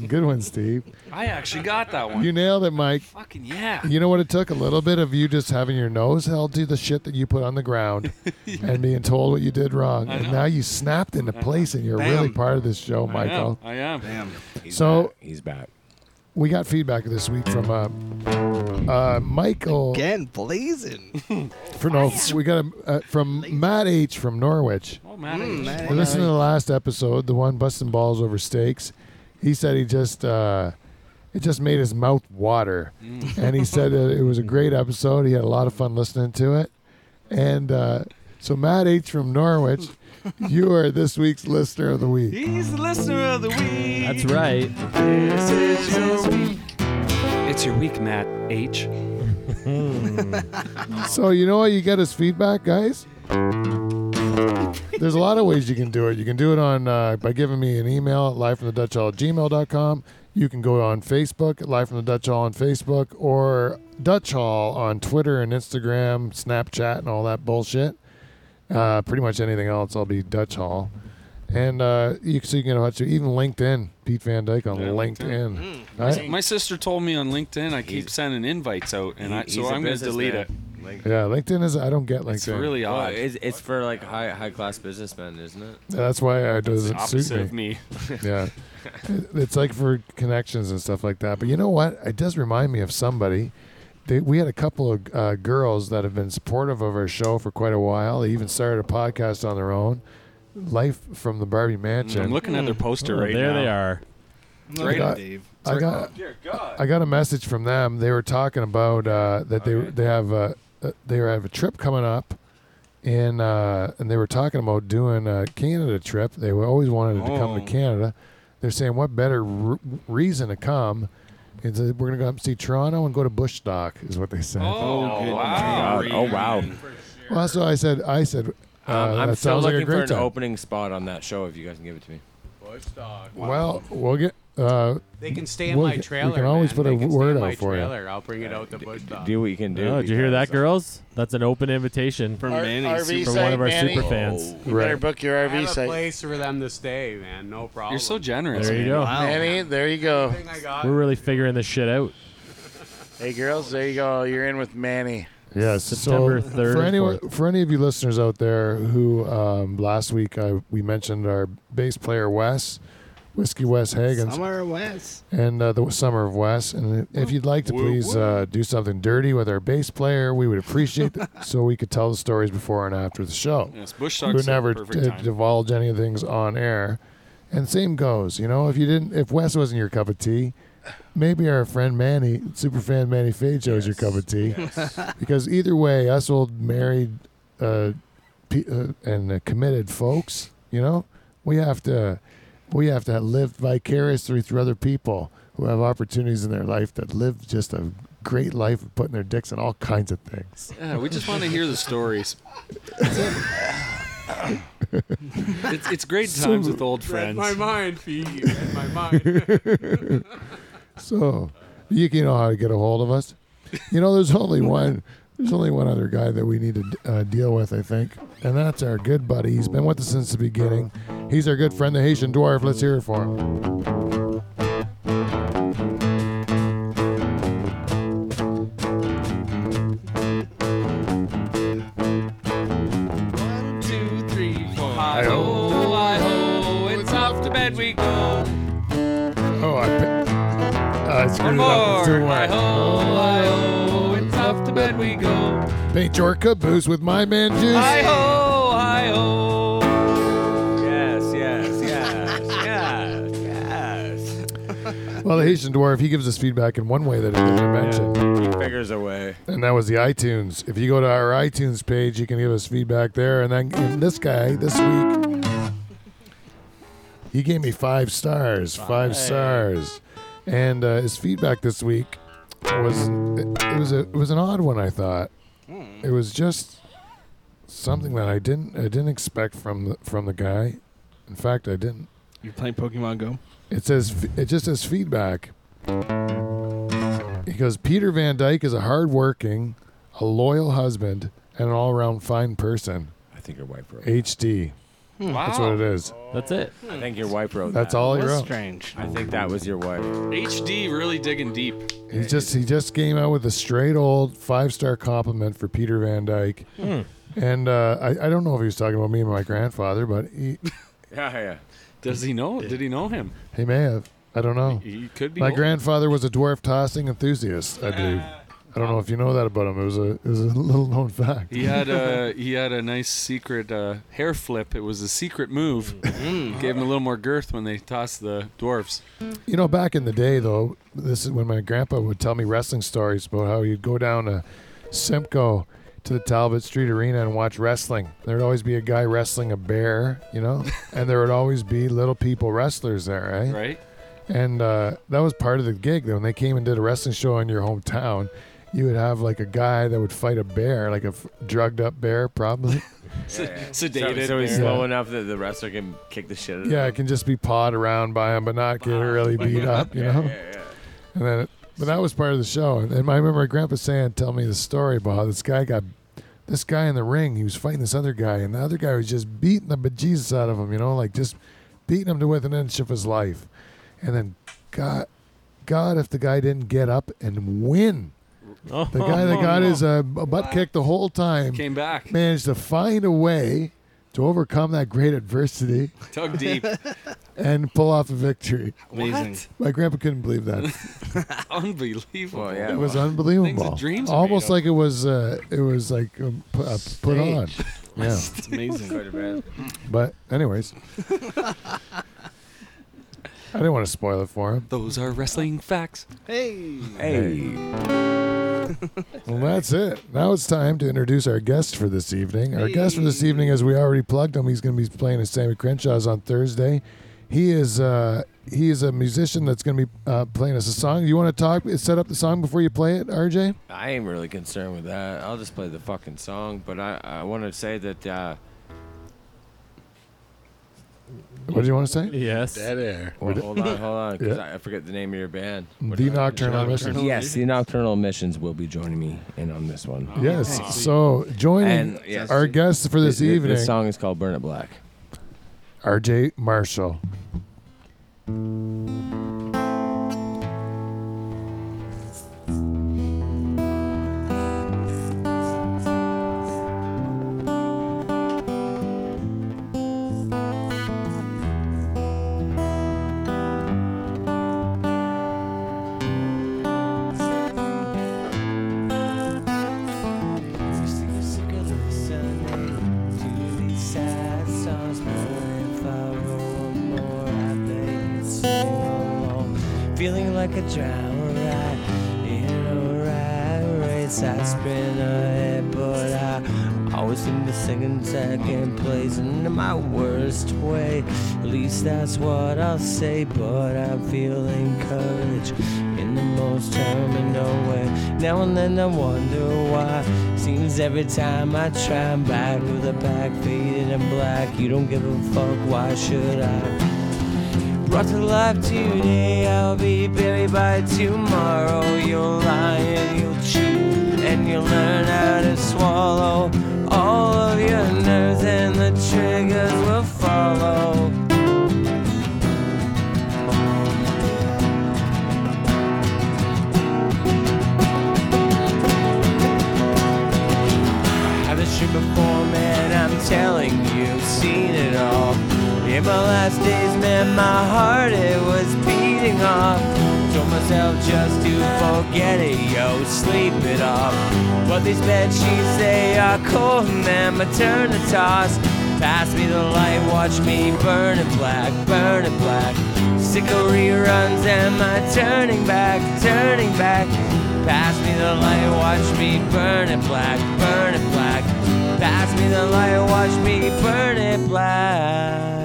Speaker 2: Good one, Steve.
Speaker 3: I actually got that one.
Speaker 2: You nailed it, Mike.
Speaker 3: Fucking yeah.
Speaker 2: You know what it took? A little bit of you just having your nose held to the shit that you put on the ground and being told what you did wrong. And now you snapped into place and you're really part of this show,
Speaker 3: I am.
Speaker 2: Michael.
Speaker 3: I am.
Speaker 2: So,
Speaker 4: He's back.
Speaker 2: we got feedback this week from uh, uh, Michael.
Speaker 7: again blazing.
Speaker 2: For no, we got a, uh, from Matt H from Norwich.
Speaker 3: Oh, man.
Speaker 1: Hmm.
Speaker 2: We're listening to the last episode, the one busting balls over steaks. He said he just uh, it just made his mouth water, and he said that it was a great episode. He had a lot of fun listening to it, and uh, so Matt H from Norwich, you are this week's listener of the week.
Speaker 3: He's the listener of the week.
Speaker 6: That's right.
Speaker 3: This is your week. It's your week, Matt H.
Speaker 2: So you know what you get as feedback, guys. There's a lot of ways you can do it. You can do it on uh, by giving me an email at livefromthedutchhall at gmail.com. You can go on Facebook, at Live from the Dutch Hall on Facebook, or Dutch Hall on Twitter and Instagram, Snapchat, and all that bullshit. Uh, pretty much anything else, I'll be Dutch Hall. And uh, you, so you can get in touch with- even LinkedIn, Pete Van Dyke on
Speaker 3: Yeah, Mm,
Speaker 2: LinkedIn. Right?
Speaker 3: My sister told me on LinkedIn I keep
Speaker 4: He's-
Speaker 3: sending invites out, and I,
Speaker 4: He-
Speaker 3: so
Speaker 4: he's a
Speaker 3: I'm going to delete it.
Speaker 4: businessman. Like,
Speaker 2: Yeah, LinkedIn is, I don't get LinkedIn.
Speaker 3: It's really
Speaker 4: oh,
Speaker 3: odd.
Speaker 4: it's, it's for like high high class businessmen, isn't it?
Speaker 2: That's why it doesn't suit
Speaker 3: Opposite
Speaker 2: me.
Speaker 3: of me.
Speaker 2: yeah. It's like for connections and stuff like that. But you know what? It does remind me of somebody. They, we had a couple of uh, girls that have been supportive of our show for quite a while. They even started a podcast on their own. Life from the Barbie Mansion.
Speaker 3: I'm looking at
Speaker 4: Hmm.
Speaker 3: their poster
Speaker 6: Oh,
Speaker 3: right
Speaker 6: there
Speaker 3: now.
Speaker 6: they are.
Speaker 2: I got,
Speaker 7: Dave.
Speaker 2: I got, I got a message from them. They were talking about uh, that they they have uh, uh, they have a trip coming up, and uh, and they were talking about doing a Canada trip. They were always wanted to come to
Speaker 3: Oh.
Speaker 2: Canada. They're saying, what better r- reason to come? Is that we're gonna go up and see Toronto and go to Bush Stock is what they said.
Speaker 3: Oh, wow.
Speaker 4: Oh wow.
Speaker 2: Well, that's what I said. I said. Uh,
Speaker 4: Um, I'm
Speaker 2: that
Speaker 4: still
Speaker 2: sounds like
Speaker 4: looking
Speaker 2: a
Speaker 4: for
Speaker 2: great
Speaker 4: an
Speaker 2: time.
Speaker 4: opening spot on that show if you guys can give it to me.
Speaker 2: Well, we'll get. Uh,
Speaker 10: They can stay in
Speaker 2: Well, we
Speaker 10: my
Speaker 2: can- we
Speaker 10: trailer.
Speaker 2: can always
Speaker 10: man.
Speaker 2: put a
Speaker 10: They can
Speaker 2: word
Speaker 10: stay in
Speaker 2: out
Speaker 10: my
Speaker 2: for you.
Speaker 10: trailer. I'll bring it out to Bush Dog.
Speaker 4: Do what you can do.
Speaker 6: Oh, did you hear that,
Speaker 4: because, uh,
Speaker 6: girls? That's an open invitation
Speaker 7: From
Speaker 9: R-
Speaker 7: Manny,
Speaker 9: RV
Speaker 6: from
Speaker 9: site,
Speaker 6: one of our
Speaker 9: Manny.
Speaker 6: super fans.
Speaker 9: You
Speaker 2: Right.
Speaker 9: better book your
Speaker 10: I have
Speaker 9: RV
Speaker 10: a
Speaker 9: site.
Speaker 10: place for them to stay, man. No problem.
Speaker 3: You're so generous.
Speaker 6: There you
Speaker 3: man.
Speaker 6: go.
Speaker 7: Wow.
Speaker 9: Manny, there you go.
Speaker 10: Thing I got.
Speaker 6: We're really figuring this shit out.
Speaker 9: Hey, girls, there you go. You're in with Manny.
Speaker 2: Yes,
Speaker 6: September
Speaker 2: so
Speaker 6: 3rd
Speaker 2: For
Speaker 6: and
Speaker 2: anyone, for any of you listeners out there who um, last week I, we mentioned our bass player Wes, Whiskey Wes Hagens,
Speaker 7: Somewhere west.
Speaker 2: and uh, the Summer of Wes. And if you'd like to please uh, do something dirty with our bass player, we would appreciate it, so we could tell the stories before and after the show.
Speaker 3: Yes, Bush
Speaker 2: we
Speaker 3: Talk's
Speaker 2: would never
Speaker 3: the perfect
Speaker 2: d-
Speaker 3: time.
Speaker 2: divulge any of the things on air. And same goes, you know, if you didn't, if Wes wasn't your cup of tea, maybe our friend Manny, superfan Manny Fajo, is your cup of tea, because either way, us old married uh, pe- uh, and uh, committed folks, you know, we have to, we have to live vicariously through other people who have opportunities in their life that live just a great life of putting their dicks in all kinds of things.
Speaker 3: Yeah, we just want to hear the stories. it's, it's great times with old
Speaker 10: Read
Speaker 3: friends.
Speaker 10: my mind, Fee. You read my mind.
Speaker 2: so you can know how to get a hold of us. You know, there's only one. There's only one other guy that we need to uh, deal with, I think, and that's our good buddy. He's been with us since the beginning. He's our good friend, the Haitian dwarf. Let's hear it for him.
Speaker 1: two, three, four. I ho, I ho, it's off to bed we go.
Speaker 2: Oh, I, uh, I screwed
Speaker 1: One
Speaker 2: it up.
Speaker 1: more.
Speaker 2: It's too
Speaker 1: I
Speaker 2: wide.
Speaker 1: ho, I ho, it's off to bed we go.
Speaker 2: Paint your caboose with my man juice.
Speaker 1: I ho, I ho.
Speaker 4: Yes, yes, yes, yes, yes.
Speaker 2: Well, the Haitian dwarf, he gives us feedback in one way that I didn't mention.
Speaker 4: Figures away.
Speaker 2: And that was the iTunes. If you go to our iTunes page, you can give us feedback there. And then and this guy this week, he gave me five stars, five stars. And uh, his feedback this week was it, it was a it was an odd one. I thought it was just something that I didn't I didn't expect from the, from the guy. In fact, I didn't.
Speaker 5: You're playing Pokemon Go?
Speaker 2: It says it just says feedback. He goes, Peter Van Dyke is a hardworking, a loyal husband, and an all-around fine person.
Speaker 4: I think your wife wrote.
Speaker 2: HD. That's what it is.
Speaker 6: That's it.
Speaker 4: I think your wife wrote.
Speaker 2: That's
Speaker 4: that.
Speaker 2: all he
Speaker 9: That's
Speaker 2: wrote.
Speaker 9: strange.
Speaker 4: I think that was your wife.
Speaker 3: HD really digging deep.
Speaker 2: He just he just came out with a straight old five-star compliment for Peter Van Dyke. And uh, I, I don't know if he was talking about me and my grandfather, but he
Speaker 4: Yeah, yeah.
Speaker 3: Does he know? Did he know him?
Speaker 2: he may have. I don't know.
Speaker 3: He could be.
Speaker 2: My
Speaker 3: old.
Speaker 2: grandfather was a dwarf tossing enthusiast, I believe. I don't know if you know that about him. It was a it was a little known fact.
Speaker 3: He had a he had a nice secret uh, hair flip. It was a secret move. Gave him a little more girth when they tossed the dwarfs.
Speaker 2: You know, back in the day, though, this is when my grandpa would tell me wrestling stories about how he'd go down to Simcoe to the Talbot Street Arena and watch wrestling. There'd always be a guy wrestling a bear, you know, and there would always be little people wrestlers there, right?
Speaker 3: Right?
Speaker 2: And uh, that was part of the gig. When they came and did a wrestling show in your hometown, you would have like a guy that would fight a bear, like a f- drugged up bear, probably.
Speaker 4: So,
Speaker 3: Sedated.
Speaker 4: so he's
Speaker 2: Yeah.
Speaker 4: slow enough that the wrestler can kick the shit out of
Speaker 2: yeah,
Speaker 4: him.
Speaker 2: it can just be pawed around by him, but not get really beat up, you know?
Speaker 4: Yeah, yeah.
Speaker 2: And then, it, but that was part of the show. And, and I remember my grandpa saying, "Tell me the story about how this guy got, this guy in the ring. He was fighting this other guy, and the other guy was just beating the bejesus out of him. You know, like just beating him to within an inch of his life. And then, God, God, if the guy didn't get up and win,
Speaker 6: Oh,
Speaker 2: the guy that got his uh, b- butt kicked the whole time
Speaker 3: Came back.
Speaker 2: managed to find a way to overcome that great adversity
Speaker 3: Tug deep.
Speaker 2: and pull off a victory.
Speaker 5: Amazing.
Speaker 2: My grandpa couldn't believe that.
Speaker 3: Unbelievable.
Speaker 4: Well, yeah.
Speaker 2: It was
Speaker 4: well,
Speaker 3: Things
Speaker 2: unbelievable.
Speaker 3: that dreams are made
Speaker 2: Almost
Speaker 3: of.
Speaker 2: like it was. Uh, it was like um, put, uh, put on. Yeah.
Speaker 5: It's amazing.
Speaker 4: quite a bit.
Speaker 2: But anyways, I didn't want to spoil it for him.
Speaker 3: Those are wrestling facts.
Speaker 7: Hey.
Speaker 4: Hey.
Speaker 2: Well, that's it. Now it's time to introduce our guest for this evening. Our guest for this evening, as we already plugged him, he's going to be playing at Sammy Crenshaw's on Thursday. He is. Uh, he is a musician that's going to be uh, playing us a song. You want to talk? Set up the song before you play it, RJ.
Speaker 4: I ain't really concerned with that. I'll just play the fucking song. But I, I want to say that uh,
Speaker 2: What do you want to say?
Speaker 6: Yes.
Speaker 9: Dead air.
Speaker 4: Well, hold on, hold on, because
Speaker 2: Yeah.
Speaker 4: I, I forget the name of your band. What
Speaker 2: The
Speaker 4: did I-
Speaker 2: Nocturnal Emissions.
Speaker 4: Yes, the Nocturnal Missions will be joining me in on this one.
Speaker 2: Yes. So joining
Speaker 4: And, yes.
Speaker 2: our guest for this
Speaker 4: The- the-
Speaker 2: evening,
Speaker 4: The song is called "Burn It Black."
Speaker 2: RJ Marshall.
Speaker 11: Feeling like a drown rat in a rat race. I spin ahead, but I always seem to sing in second place and in my worst way. At least that's what I'll say, but I feel encouraged in the most terminal way. Now and then I wonder why. Seems every time I try, I'm back with a back faded and black. You don't give a fuck, why should I? Brought to life today, I'll be buried by tomorrow. You'll lie and you'll cheat, and you'll learn how to swallow all of your nerves, and the triggers will follow. I've been streamed before, man. I'm telling you, seen it all. In my last days, man, my heart it was beating off. Told myself just to forget it, yo, sleep it off. But these bed sheets, they are cold, man. My turn to toss. Pass me the light, watch me burn it black, burn it black. Sick of reruns, am I turning back, turning back? Pass me the light, watch me burn it black, burn it black. Pass me the light, watch me burn it black.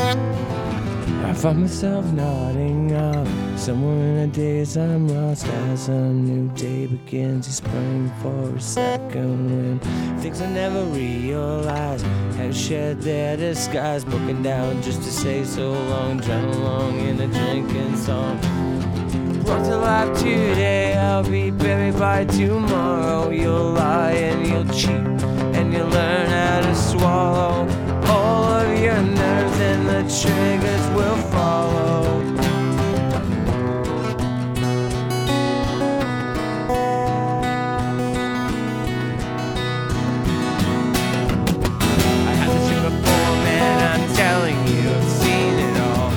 Speaker 11: I find myself nodding off somewhere in a daze I'm lost as a new day begins. He's praying for a second wind. Things I never realized have shed their disguise. Booking down just to say so long, drown along in a drinking song. Brought to life today, I'll be buried by tomorrow. You'll lie and you'll cheat, and you'll learn how to swallow all of your nerves, and the triggers will follow. I had this shit before, man. I'm telling you, I've seen it all.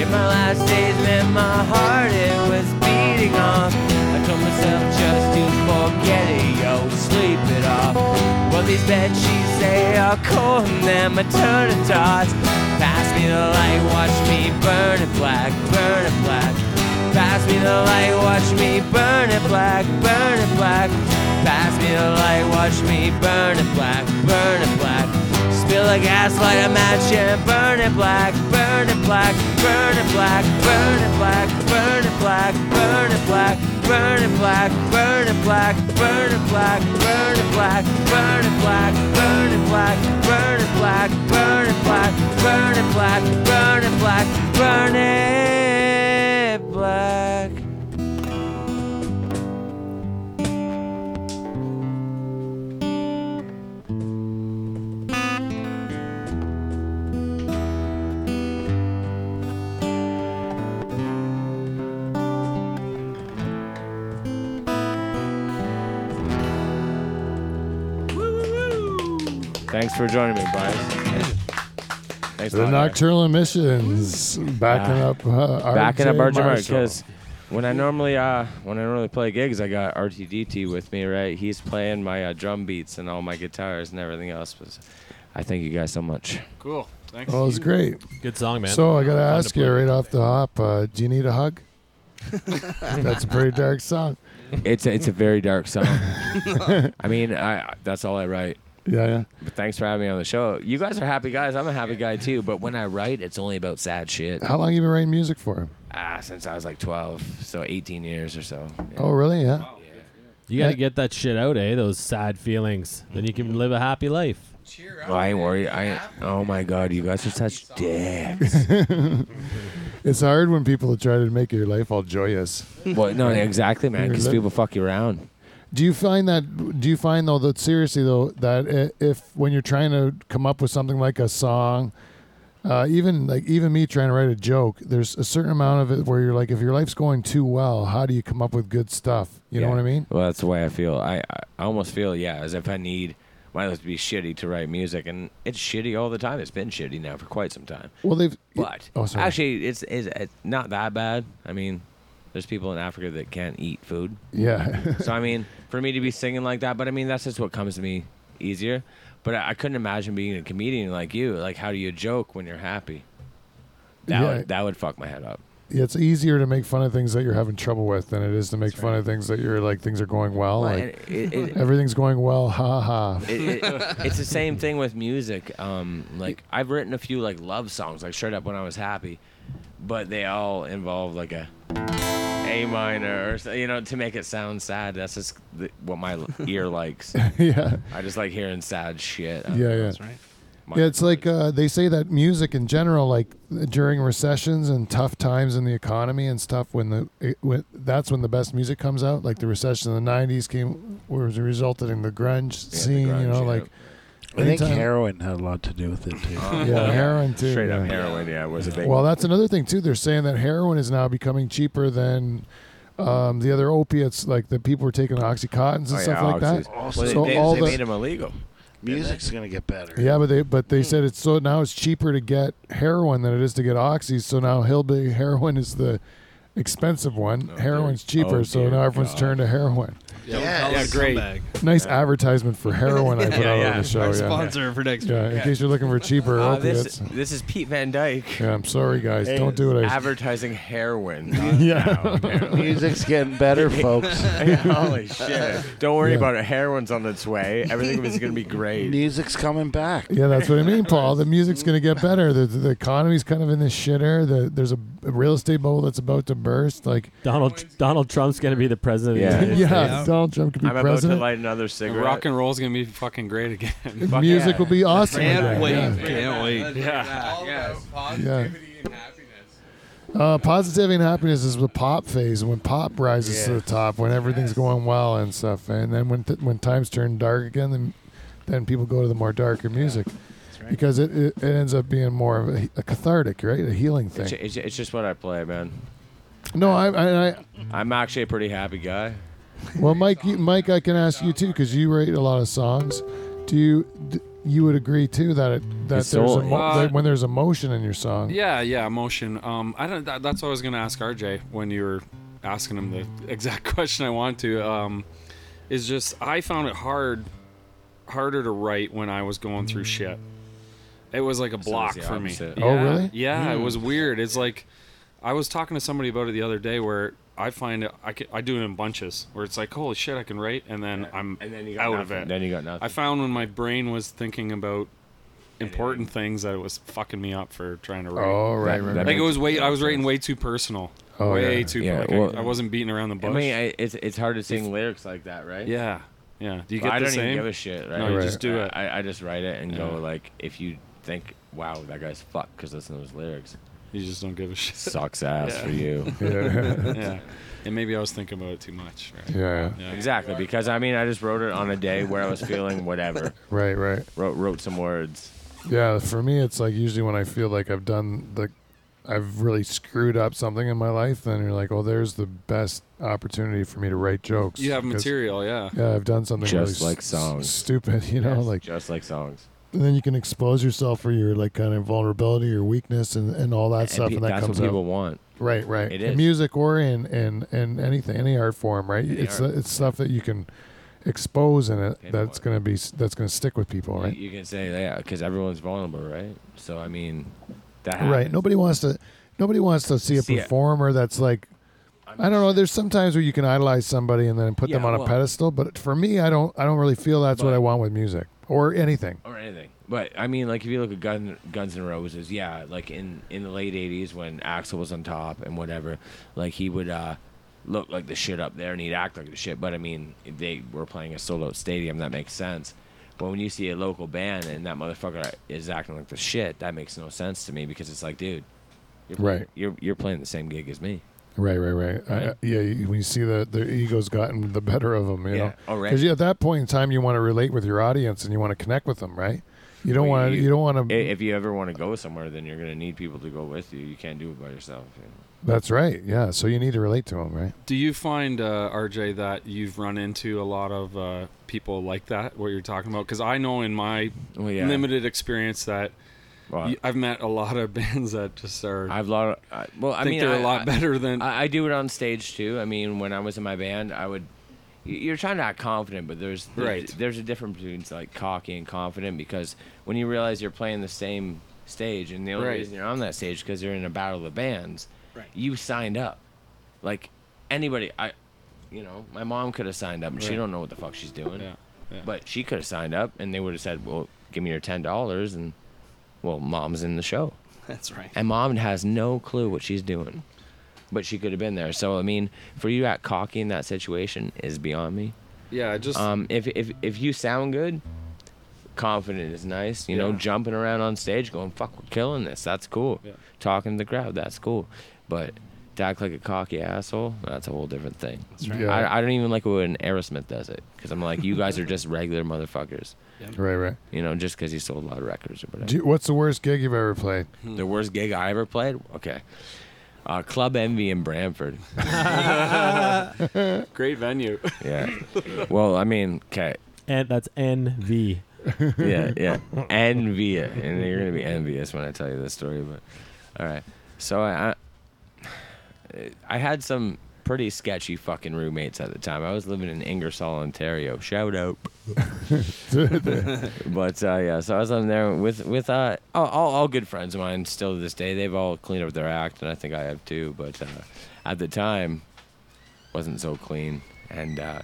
Speaker 11: In my last days, man, my heart it was beating off. I told myself just to forget it, yo, sleep it off. Well, these bed sheets they are cold, and then my turn to dots. Pass me the light, watch me burn it black, burn it black. Pass me the light, watch me burn it black, burn it black. Pass me the light, watch me burn it black, burn it black. Spill a gaslight, a match, and burn it black, burn it black, burn it black, burn it black, burn it black, burn it black, burn it black, burn it black, burn it black, burn it black, burn it black, burn it black, burn it black, burn it black, burn it black, burn it black, burn it black.
Speaker 4: Thanks for joining me, Brian. Thanks a
Speaker 2: The
Speaker 4: lot, Eric.
Speaker 2: Nocturnal Emissions backing
Speaker 4: Yeah.
Speaker 2: up uh,
Speaker 4: backing up
Speaker 2: RJ
Speaker 4: RJ Mark
Speaker 2: Marshall.
Speaker 4: because when I normally uh when I normally play gigs, I got RTDT with me, right? He's playing my uh, drum beats and all my guitars and everything else. But I thank you guys so much.
Speaker 3: Cool. Thanks.
Speaker 2: Well, it was great.
Speaker 6: Good song, man.
Speaker 2: So I gotta
Speaker 6: Fun to
Speaker 2: ask you
Speaker 6: play.
Speaker 2: right off the hop. Uh, do you need a hug? That's a pretty dark song.
Speaker 4: It's a, it's a very dark song. I mean, I that's all I write.
Speaker 2: Yeah, yeah.
Speaker 4: But thanks for having me on the show. You guys are happy guys. I'm a happy guy too. But when I write, it's only about sad shit.
Speaker 2: How long you been writing music for?
Speaker 4: Ah, since I was like 12, so 18 years or so.
Speaker 2: Oh, really? Yeah.
Speaker 6: You gotta get that shit out, eh? Those sad feelings. Then you can live a happy life.
Speaker 4: Well, I ain't worried. I ain't, oh my god, you guys are such dicks.
Speaker 2: it's hard when people try to make your life all joyous.
Speaker 4: Well, no, exactly, man.
Speaker 2: You're
Speaker 4: Because
Speaker 2: lit.
Speaker 4: people fuck you around.
Speaker 2: Do you find that? Do you find though that seriously though that i- if when you're trying to come up with something like a song, uh, even like even me trying to write a joke, there's a certain amount of it where you're like, if your life's going too well, how do you come up with good stuff? You know
Speaker 4: Yeah.
Speaker 2: what I mean?
Speaker 4: Well, that's the way I feel. I, I I almost feel yeah, as if I need my life to be shitty to write music, and it's shitty all the time. It's been shitty now for quite some time.
Speaker 2: Well, they've
Speaker 4: But
Speaker 2: Oh, sorry.
Speaker 4: actually, it's, it's it's not that bad. I mean, There's people in Africa that can't eat food.
Speaker 2: Yeah.
Speaker 4: so I mean, for me to be singing like that, but I mean that's just what comes to me easier. But I, I couldn't imagine being a comedian like you. Like, how do you joke when you're happy? That
Speaker 2: Yeah.
Speaker 4: would, that would fuck my head up.
Speaker 2: Yeah, it's easier to make fun of things that you're having trouble with than it is to make fun of things that you're like things are going well.
Speaker 4: Well,
Speaker 2: like
Speaker 4: it- it- it-
Speaker 2: everything's going well, ha ha.
Speaker 4: it, it, it's the same thing with music. Um, like I've written a few like love songs, like straight up when I was happy, but they all involve like a A minor, or so- you know, to make it sound sad. That's just the, what my l- ear likes.
Speaker 2: Yeah.
Speaker 4: I just like hearing sad shit. Uh,
Speaker 2: yeah, yeah. Yeah, it's like uh, they say that music in general, like during recessions and tough times in the economy and stuff, when the it, when, that's when the best music comes out. Like the recession in the '90s came, was resulted in the grunge scene. you know, like
Speaker 9: I think
Speaker 2: anytime-
Speaker 9: heroin had a lot to do with it too.
Speaker 2: Yeah, heroin too.
Speaker 4: Straight up
Speaker 2: yeah.
Speaker 4: heroin, yeah, was a big.
Speaker 2: Well, that's another thing too. They're saying that heroin is now becoming cheaper than um, the other opiates, like that people were taking oxycontins and
Speaker 4: Oh,
Speaker 2: stuff
Speaker 4: yeah,
Speaker 2: like that.
Speaker 4: oxys. Well, they-
Speaker 2: so
Speaker 4: they,
Speaker 2: all
Speaker 4: they
Speaker 2: the
Speaker 4: made them illegal.
Speaker 9: Music's gonna get better.
Speaker 2: yeah, but they but they said it's so now it's cheaper to get heroin than it is to get oxys. So now hillbilly heroin is the expensive one. Heroin's cheaper,
Speaker 4: Oh,
Speaker 2: so
Speaker 4: dear
Speaker 2: now everyone's
Speaker 4: God.
Speaker 2: turned to heroin.
Speaker 9: Yeah,
Speaker 3: yeah, great.
Speaker 2: Nice advertisement for heroin I put
Speaker 4: Yeah,
Speaker 2: out
Speaker 4: yeah.
Speaker 2: on the show.
Speaker 4: Our
Speaker 2: yeah.
Speaker 4: sponsor for next
Speaker 2: Yeah,
Speaker 4: week.
Speaker 2: in
Speaker 4: Yeah.
Speaker 2: case you're looking for cheaper
Speaker 4: Uh,
Speaker 2: opiates.
Speaker 4: this this is Pete Van Dyke.
Speaker 2: Yeah, I'm sorry, guys. Don't do what I-
Speaker 4: Advertising heroin.
Speaker 2: Yeah.
Speaker 9: Music's getting better, folks.
Speaker 4: Yeah, Holy shit! Don't worry
Speaker 2: Yeah.
Speaker 4: about it. Heroin's on its way. Everything is gonna be great.
Speaker 9: Music's coming back.
Speaker 2: Yeah, that's what I mean, Paul. The music's going to get better. The, the economy's kind of in this shitter. The, there's a, a real estate bubble that's about to burst. Like,
Speaker 6: Donald Donald Trump's going to be the president.
Speaker 4: Yeah.
Speaker 6: Of the United
Speaker 2: yeah,
Speaker 6: States.
Speaker 2: Donald Trump could be
Speaker 4: I'm about
Speaker 2: president.
Speaker 4: to light another cigarette.
Speaker 3: Rock and roll's gonna be fucking great again.
Speaker 4: Fuck
Speaker 2: music
Speaker 4: yeah.
Speaker 2: will be awesome. again.
Speaker 5: Can't wait.
Speaker 3: Yeah.
Speaker 2: Yeah. Uh, positivity and happiness is the pop phase when pop rises to the top, when everything's going well and stuff, and then when th- when times turn dark again, then then people go to the more darker music because it, it, it ends up being more of a, a cathartic, right, a healing thing.
Speaker 4: It's, it's, it's just what I play, man.
Speaker 2: no, I, I, I
Speaker 4: I'm actually a pretty happy guy.
Speaker 2: well, Mike, you, Mike, I can ask you too because you write a lot of songs. Do you d- you would agree too that it, that
Speaker 4: It's
Speaker 2: there's
Speaker 4: soul-
Speaker 2: emo-
Speaker 3: Uh,
Speaker 2: that when there's emotion in your song?
Speaker 3: Yeah, yeah, emotion. Um, I don't. That, that's what I was gonna ask RJ when you were asking him the exact question I want to. Um, is just I found it hard, harder to write when I was going through shit. It was like a
Speaker 4: the
Speaker 3: block for me.
Speaker 4: opposite.
Speaker 2: Oh,
Speaker 3: Yeah,
Speaker 2: really?
Speaker 3: Yeah, it was weird. It's like I was talking to somebody about it the other day where I find it, I, can, I do it in bunches where it's like holy shit I can write and then I'm
Speaker 4: And then you got
Speaker 3: out
Speaker 4: nothing.
Speaker 3: of it.
Speaker 4: Then you got nothing.
Speaker 3: I found when my brain was thinking about important things that it was fucking me up for trying to write.
Speaker 2: Oh, right, right,
Speaker 4: that
Speaker 2: right.
Speaker 3: like it
Speaker 4: makes
Speaker 3: was way I was
Speaker 4: sense.
Speaker 3: writing way too personal.
Speaker 2: Oh,
Speaker 3: way
Speaker 2: yeah.
Speaker 3: too
Speaker 4: Yeah,
Speaker 3: like,
Speaker 4: well-
Speaker 3: I, I wasn't beating around the
Speaker 4: I
Speaker 3: bush.
Speaker 4: mean, I, it's it's hard to sing lyrics like that, right?
Speaker 3: yeah. Yeah. Do you
Speaker 4: But
Speaker 3: get
Speaker 4: I
Speaker 3: the
Speaker 4: don't
Speaker 3: same?
Speaker 4: even give a shit, right?
Speaker 3: No, you just do it.
Speaker 4: I, I just write it and go like, if you think, wow, that guy's fucked, because listen to those lyrics.
Speaker 3: you just don't give a shit.
Speaker 4: Sucks ass
Speaker 3: Yeah.
Speaker 4: for you.
Speaker 2: Yeah.
Speaker 3: yeah. And maybe I was thinking about it too much. Right?
Speaker 2: yeah,
Speaker 3: Yeah.
Speaker 4: Exactly, because I mean, I just wrote it on a day where I was feeling whatever.
Speaker 2: right, right.
Speaker 4: wrote wrote some words.
Speaker 2: Yeah, for me, it's like usually when I feel like I've done like I've really screwed up something in my life, then you're like, oh, there's the best opportunity for me to write jokes.
Speaker 3: You have
Speaker 2: because-
Speaker 3: material, yeah.
Speaker 2: Yeah, I've done something really
Speaker 4: Just like
Speaker 2: s-
Speaker 4: songs.
Speaker 2: stupid, you know,
Speaker 4: Yes,
Speaker 2: like
Speaker 4: just like songs.
Speaker 2: and then you can expose yourself for your like kind of vulnerability, your weakness, and, and all that stuff,
Speaker 4: pe-
Speaker 2: and that
Speaker 4: that's
Speaker 2: comes
Speaker 4: what
Speaker 2: out.
Speaker 4: people want.
Speaker 2: Right, right.
Speaker 4: It
Speaker 2: In
Speaker 4: is.
Speaker 2: music or in in in anything, any art form, right? it's
Speaker 4: art.
Speaker 2: it's stuff that you can expose in it
Speaker 4: Pinpoint.
Speaker 2: that's gonna be s- that's gonna stick with people,
Speaker 4: You-
Speaker 2: right?
Speaker 4: You, can say that because everyone's vulnerable, right? So I mean, that
Speaker 2: Right.
Speaker 4: happens.
Speaker 2: Nobody wants to. Nobody wants to see a
Speaker 4: See it.
Speaker 2: performer that's like. I don't know. There's sometimes where you can idolize somebody and then put them
Speaker 4: Yeah,
Speaker 2: on a
Speaker 4: well-
Speaker 2: pedestal, but for me, I don't. I don't really feel that's what
Speaker 4: But-
Speaker 2: I want with music or anything.
Speaker 4: or anything. But I mean, like if you look at Gun, Guns N' Roses, yeah, like in in the late '80s when Axl was on top and whatever, like he would uh, look like the shit up there and he'd act like the shit. But I mean, they were playing a sold out stadium. That makes sense. But when you see a local band and that motherfucker is acting like the shit, that makes no sense to me because it's like, dude, you're
Speaker 2: Right.
Speaker 4: You're you're playing the same gig as me.
Speaker 2: Right, right, right. I-
Speaker 4: Right.
Speaker 2: yeah, you- when you see that their ego's gotten the better of them, you
Speaker 4: Yeah,
Speaker 2: know.
Speaker 4: already.
Speaker 2: Because at that point in time, you want to relate with your audience and you want to connect with them, right? You don't
Speaker 4: Well,
Speaker 2: want. You,
Speaker 4: you-
Speaker 2: you don't want
Speaker 4: I-
Speaker 2: to.
Speaker 3: Mm-hmm.
Speaker 4: If you ever want to go somewhere, then you're gonna need people to go with you. You can't do it by yourself. you know.
Speaker 2: that's right. Yeah. So you need to relate to them, right?
Speaker 3: Do you find uh, RJ that you've run into a lot of uh, people like that? What you're talking about? Because I know in my
Speaker 4: Well, yeah.
Speaker 3: limited experience that y- I've met a lot of bands that just are.
Speaker 4: I've lot. I, well, I
Speaker 3: think
Speaker 4: mean,
Speaker 3: they're
Speaker 4: I-
Speaker 3: a lot
Speaker 4: I-
Speaker 3: better than.
Speaker 4: I, I do it on stage too. I mean, when I was in my band, I would. y- You're trying to act confident, but there's there's,
Speaker 3: Right.
Speaker 4: there's a difference between like cocky and confident because when you realize you're playing the same stage and the only
Speaker 3: Right.
Speaker 4: reason you're on that stage because you're in a battle of bands,
Speaker 3: Right.
Speaker 4: you signed up. Like anybody, I, you know, my mom could have signed up and she
Speaker 3: Right.
Speaker 4: don't know what the fuck she's doing. But she could have signed up and they would have said, "Well, give me your ten dollars," and well, mom's in the show.
Speaker 5: That's right.
Speaker 4: And mom has no clue what she's doing. But she could have been there. So I mean, for you to act cocky in that situation is beyond me.
Speaker 3: Yeah, I just
Speaker 4: um if if if you sound good, confident is nice, you know,
Speaker 3: Yeah.
Speaker 4: jumping around on stage going, Fuck, we're killing this, that's cool. Talking to the crowd, that's cool. But to act like a cocky asshole, that's a whole different thing. That's
Speaker 2: right. Yeah.
Speaker 4: I, I don't even like it when Aerosmith does it because I'm like, you guys are just regular motherfuckers.
Speaker 2: Right, right.
Speaker 4: You know, just because you sold a lot of records or whatever.
Speaker 2: Do you- what's the worst gig you've ever played?
Speaker 4: The worst gig I ever played? Okay. Uh, Club Envy in Brantford.
Speaker 3: Great venue.
Speaker 4: Yeah. Well, I mean, okay.
Speaker 6: And that's NV.
Speaker 4: Yeah, yeah. Envy it. And you're going to be envious when I tell you this story, but all right. So I, I, I had some pretty sketchy fucking roommates at the time. I was living in Ingersoll, Ontario. Shout out. but uh, yeah, so I was on there with with uh, all, all all good friends of mine still to this day. They've all cleaned up their act, and I think I have too. But uh, at the time, wasn't so clean, and uh,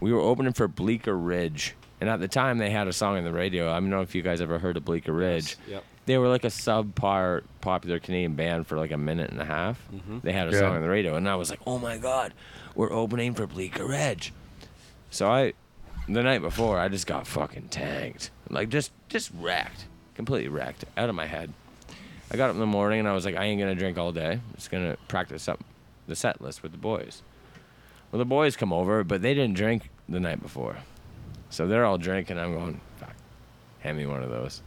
Speaker 4: we were opening for Bleecker Ridge, and at the time they had a song on the radio. I don't know if you guys ever heard of Bleecker Ridge.
Speaker 3: Yep.
Speaker 4: They were like a subpar popular Canadian band for like a minute and a half.
Speaker 3: Mhm.
Speaker 4: They had a
Speaker 3: Yeah.
Speaker 4: song on the radio, and I was like, "Oh my god, we're opening for Bleecker Ridge!" So I, the night before, I just got fucking tanked, like just just wrecked, completely wrecked, out of my head. I got up in the morning and I was like, I ain't gonna drink all day. I'm just gonna practice up the set list with the boys. Well, the boys come over, but they didn't drink the night before, so they're all drinking. I'm going, fuck, hand me one of those.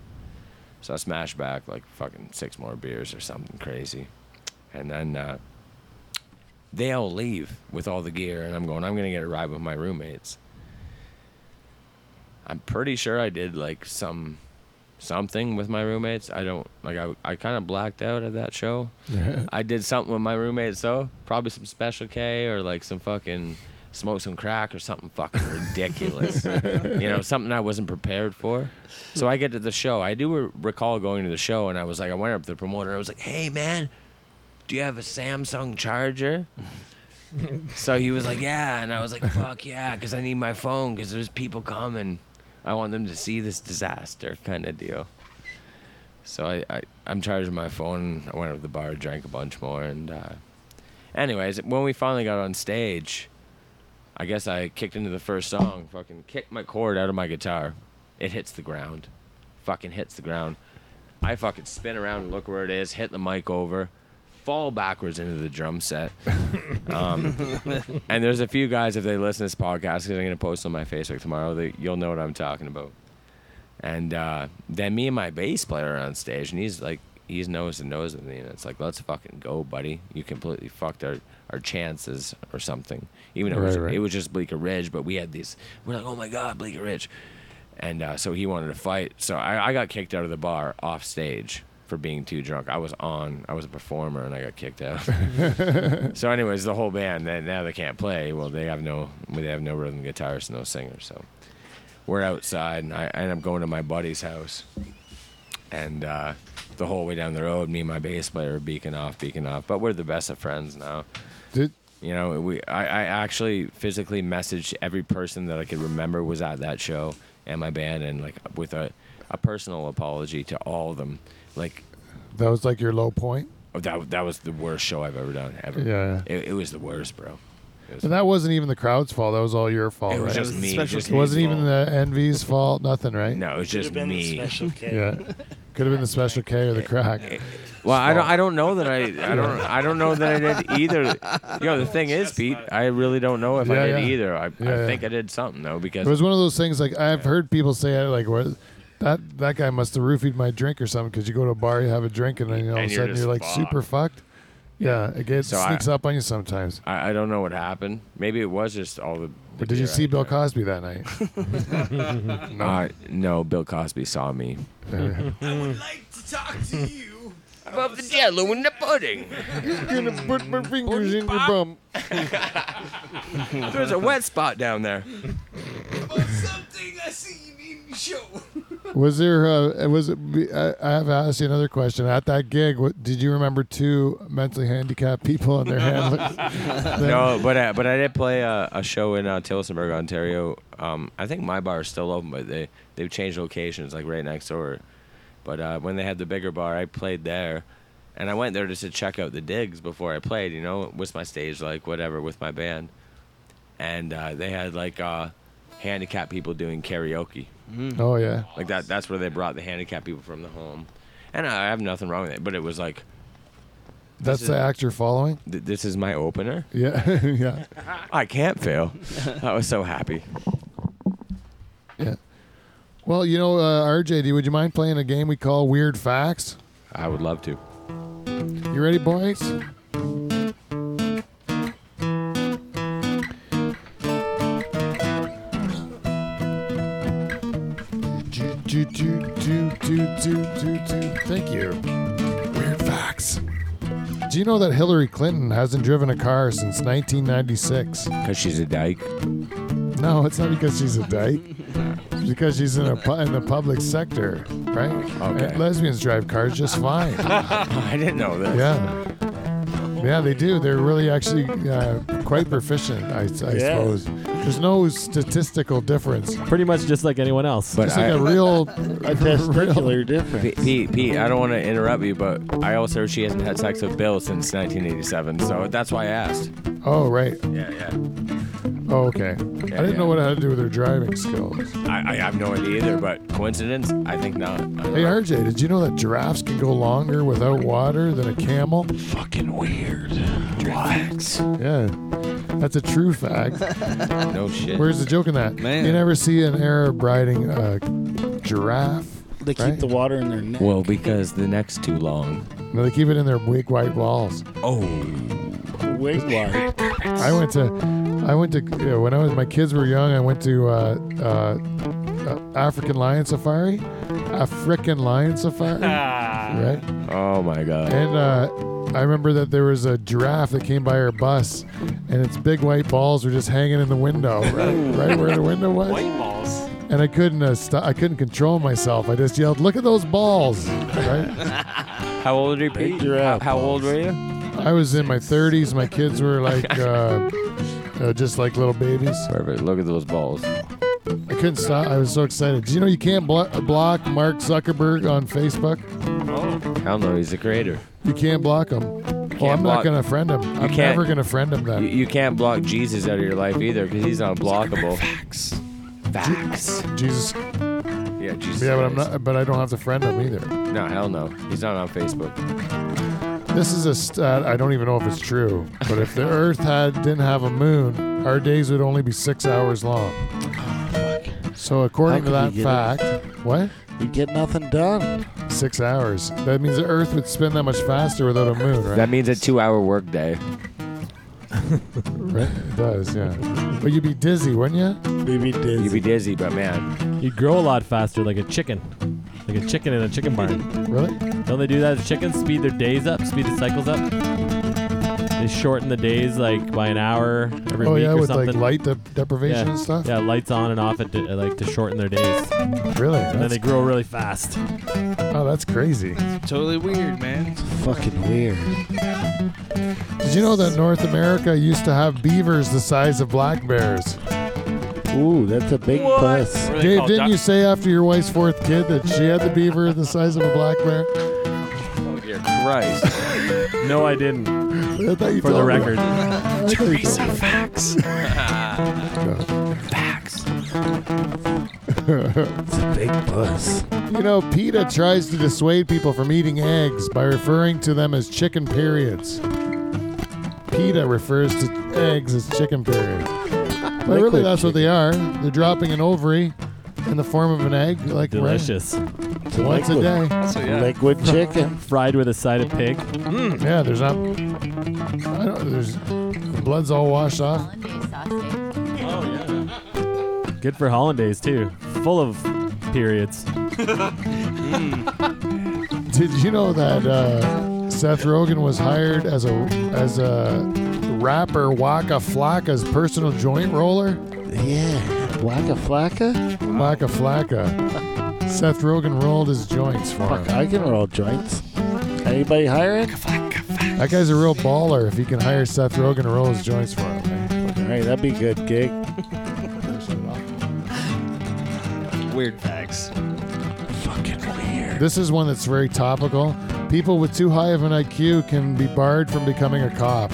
Speaker 4: So I smashed back like fucking six more beers or something crazy, and then. Uh, they all leave with all the gear, and I'm going, I'm going to get a ride with my roommates. I'm pretty sure I did like some something with my roommates. I don't like I I kind of blacked out at that show. I did something with my roommates though. Probably some special K or like some fucking smoke some crack or something fucking ridiculous. you know, something I wasn't prepared for. So I get to the show. I do re- recall going to the show and I was like I went up to the promoter. I was like, "Hey man, do you have a Samsung charger?" so he was like, "Yeah," and I was like, "Fuck yeah," because I need my phone because there's people coming. I want them to see this disaster kind of deal. So I, I I'm charging my phone. I went up to the bar, drank a bunch more, and uh, anyways, when we finally got on stage, I guess I kicked into the first song. Fucking kicked my cord out of my guitar. It hits the ground. Fucking hits the ground. I fucking spin around and look where it is. Hit the mic over. Fall backwards into the drum set. Um, and there's a few guys if they listen to this podcast because I'm gonna post on my Facebook tomorrow. That you'll know what I'm talking about. And uh, then me and my bass player are on stage, and he's like, he's nose to nose with me, and it's like, let's fucking go, buddy. You completely fucked our, our chances or something. Even though it, was,
Speaker 11: Right, right.
Speaker 4: it was just Bleecker Ridge, but we had these. We're like, oh my god, Bleecker Ridge, and uh, so he wanted to fight. So I, I got kicked out of the bar off stage for being too drunk. I was on, I was a performer, and I got kicked out. so, anyways, the whole band then now they can't play. Well, they have no they have no rhythm guitarists, no singer. So we're outside, and I I end up going to my buddy's house, and uh, the whole way down the road, me and my bass player are beaking off, beaking off. But we're the best of friends now.
Speaker 2: Did
Speaker 4: You know, we I, I actually physically messaged every person that I could remember was at that show and my band, and like with a a personal apology to all of them, like
Speaker 2: that was like your low point?
Speaker 4: Oh, that that was the worst show I've ever done ever.
Speaker 2: Yeah.
Speaker 4: it, it was the worst, bro. It was,
Speaker 2: And that wasn't even the crowd's fault. That was all your fault,
Speaker 4: It was
Speaker 2: right?
Speaker 4: just me, Special just
Speaker 2: it wasn't
Speaker 4: me.
Speaker 2: even the envy's fault. Nothing, right?
Speaker 4: No, it was just me.
Speaker 2: Yeah, could have been the special K or the crack.
Speaker 4: Well, I don't. I don't know that I. I don't. I don't know that I did either. You know, the thing is, Pete, I really don't know if I
Speaker 2: Yeah,
Speaker 4: did
Speaker 2: yeah.
Speaker 4: either. I, I
Speaker 2: Yeah, yeah.
Speaker 4: think I did something though
Speaker 2: It
Speaker 4: because
Speaker 2: was one of those things like I've heard people say it like where that that guy must have roofied my drink or something because you go to a bar, you have a drink, and then all of
Speaker 4: And
Speaker 2: a
Speaker 4: you're
Speaker 2: sudden
Speaker 4: just
Speaker 2: you're like super fucked. Yeah, it gets,
Speaker 4: So I-
Speaker 2: sneaks up on you sometimes.
Speaker 4: I, I don't know what happened. Maybe it was just all the. the
Speaker 2: But did you
Speaker 4: beer
Speaker 2: see
Speaker 4: I-
Speaker 2: Bill Cosby that night?
Speaker 4: no. no, Bill Cosby saw me.
Speaker 11: I would like to talk to you about the jello and the pudding.
Speaker 2: You're gonna put
Speaker 4: Mm.
Speaker 2: my fingers in your bum.
Speaker 4: There's a wet spot down there.
Speaker 11: Something I seen in the show.
Speaker 2: Was there? Uh, was it? I, I have asked you another question. At that gig, what, did you remember two mentally handicapped people and their handlers?
Speaker 4: no, but I, but I did play a, a show in uh, Tillsonburg, Ontario. Um, I think my bar is still open, but they they've changed locations, like right next door. But uh, when they had the bigger bar, I played there, and I went there just to check out the digs before I played. You know, with my stage, like whatever, with my band, and uh, they had like uh, handicapped people doing karaoke.
Speaker 2: Oh yeah.
Speaker 4: Like that. That's where they brought the handicapped people from the home, and I have nothing wrong with it. But it was like
Speaker 2: That's
Speaker 4: This
Speaker 2: the
Speaker 4: is-
Speaker 2: act you're following.
Speaker 4: th- this is my opener.
Speaker 2: Yeah, yeah,
Speaker 4: I can't fail. I was so happy.
Speaker 2: yeah. Well, you know, uh, RJD, would you mind playing a game we call Weird Facts?
Speaker 4: I would love to.
Speaker 2: You ready, boys? Do, do, do, do, do, do, do, do. Thank you. Weird facts. Do you know that Hillary Clinton hasn't driven a car since 1996?
Speaker 4: Because she's a dyke.
Speaker 2: No, it's not because she's a dyke. It's because she's in, a, pu- in the public sector, right?
Speaker 4: Okay.
Speaker 2: And lesbians drive cars just fine.
Speaker 4: I didn't know this.
Speaker 2: Yeah. Yeah, they do. They're really actually uh, quite proficient, I, I suppose. There's no statistical difference.
Speaker 6: Pretty much just like anyone else.
Speaker 4: But
Speaker 2: It's like
Speaker 4: I-
Speaker 2: a real.
Speaker 9: A testicular difference.
Speaker 4: Pete, Pete, Pete, I don't want to interrupt you, but I also heard she hasn't had sex with Bill since 1987, so that's why I asked.
Speaker 2: Oh, right.
Speaker 4: Yeah, yeah.
Speaker 2: Oh, okay. I
Speaker 4: Yeah,
Speaker 2: didn't
Speaker 4: yeah.
Speaker 2: know what it had to do with her driving skills.
Speaker 4: I, I have no idea either, but coincidence? I think not. I don't
Speaker 2: Hey,
Speaker 4: know.
Speaker 2: RJ, did you know that giraffes can go longer without water than a camel?
Speaker 9: Fucking weird.
Speaker 2: Yeah. That's a true fact.
Speaker 4: No shit.
Speaker 2: Where's the joke in that?
Speaker 7: Man.
Speaker 2: You never see an Arab riding a giraffe.
Speaker 9: They keep
Speaker 2: Right.
Speaker 9: the water in their neck.
Speaker 4: well, because the neck's too long.
Speaker 2: No, they keep it in their big white walls.
Speaker 4: Oh.
Speaker 9: Wigwam.
Speaker 2: I went to, I went to you know, when I was my kids were young. I went to uh, uh, uh, African lion safari, African lion safari, right?
Speaker 4: Oh my god.
Speaker 2: And uh, I remember that there was a giraffe that came by our bus, and its big white balls were just hanging in the window, right, right where the window was. White balls. And I couldn't, uh, st- I couldn't control myself. I just yelled, "Look at those balls!" Right?
Speaker 4: How old are you, Pete? How,
Speaker 9: giraffe
Speaker 4: how old were you?
Speaker 2: I was in my 30s. My kids were like, uh, uh, just like little babies.
Speaker 4: Perfect. Look at those balls.
Speaker 2: I couldn't stop. I was so excited. Do you know you can't blo- block Mark Zuckerberg on Facebook?
Speaker 4: Hell no, he's the creator.
Speaker 2: You can't block him. well, I'm
Speaker 4: block-
Speaker 2: not gonna friend him. I'm
Speaker 4: can't-
Speaker 2: never gonna friend him
Speaker 4: You,
Speaker 2: then.
Speaker 4: you can't block Jesus out of your life either, because he's unblockable.
Speaker 3: Facts.
Speaker 4: Facts.
Speaker 2: Jesus.
Speaker 4: Yeah, Jesus.
Speaker 2: Yeah, but I'm
Speaker 4: Christ.
Speaker 2: not. But I don't have to friend him either.
Speaker 4: No, hell no. He's not on Facebook.
Speaker 2: This is a stat. I don't even know if it's true. But if the Earth had didn't have a moon, our days would only be six hours long. So according to that
Speaker 9: How could we
Speaker 2: fact, what?
Speaker 9: You get nothing done.
Speaker 2: Six hours. That means the Earth would spin that much faster without a moon, right?
Speaker 4: That means a two-hour workday.
Speaker 2: right? It does, yeah. But you'd be dizzy, wouldn't you?
Speaker 9: Maybe dizzy.
Speaker 4: You'd be dizzy, but man,
Speaker 6: You'd grow a lot faster, like a chicken. Like a chicken in a chicken barn.
Speaker 2: Really?
Speaker 6: Don't they do that with chickens? Speed their days up, speed the cycles up? They shorten the days like by an hour every
Speaker 2: oh
Speaker 6: week
Speaker 2: yeah,
Speaker 6: or
Speaker 2: with
Speaker 6: something.
Speaker 2: like light de- deprivation
Speaker 6: yeah.
Speaker 2: and stuff.
Speaker 6: yeah, lights on and off at di- like to shorten their days. And
Speaker 2: Really?
Speaker 6: then
Speaker 2: That's,
Speaker 6: they grow really fast.
Speaker 2: oh, that's crazy.
Speaker 5: Totally weird, man.
Speaker 9: Fucking weird.
Speaker 2: Did you know that North America used to have beavers the size of black bears?
Speaker 9: Ooh, that's a big puss.
Speaker 3: What are they
Speaker 2: Dave,
Speaker 6: Oh,
Speaker 3: called?
Speaker 2: didn't
Speaker 3: Duck-
Speaker 2: you say after your wife's fourth kid that she had the beaver the size of a black bear?
Speaker 4: oh dear Christ.
Speaker 6: No, I didn't.
Speaker 2: I thought you
Speaker 6: For the
Speaker 2: told me.
Speaker 6: record.
Speaker 2: I thought you told me.
Speaker 3: facts. facts.
Speaker 9: It's a big puss.
Speaker 2: You know, PETA tries to dissuade people from eating eggs by referring to them as chicken periods. PETA refers to eggs as chicken periods. But really,
Speaker 9: Liquid
Speaker 2: that's what they are. They're dropping an ovary in the form of an egg, like right?
Speaker 6: Delicious.
Speaker 2: Once a day.
Speaker 6: Liquid chicken. Fried with a side of pig.
Speaker 2: Yeah, there's not. I don't, there's the blood's all washed off.
Speaker 6: Good for hollandaise, too. Full of periods.
Speaker 2: Did you know that uh, Seth Rogen was hired as a as a rapper Waka Flocka's personal joint roller? Yeah, Waka Flocka. Waka Flocka. Seth Rogen rolled his joints for
Speaker 12: Fuck,
Speaker 2: him.
Speaker 12: I can roll joints. Anybody hiring?
Speaker 2: That guy's a real baller. If he can hire Seth Rogen to roll his joints for him.
Speaker 12: All right, that'd be good gig.
Speaker 5: Weird facts.
Speaker 2: This is one that's very topical. People with too high of an IQ can be barred from becoming a cop.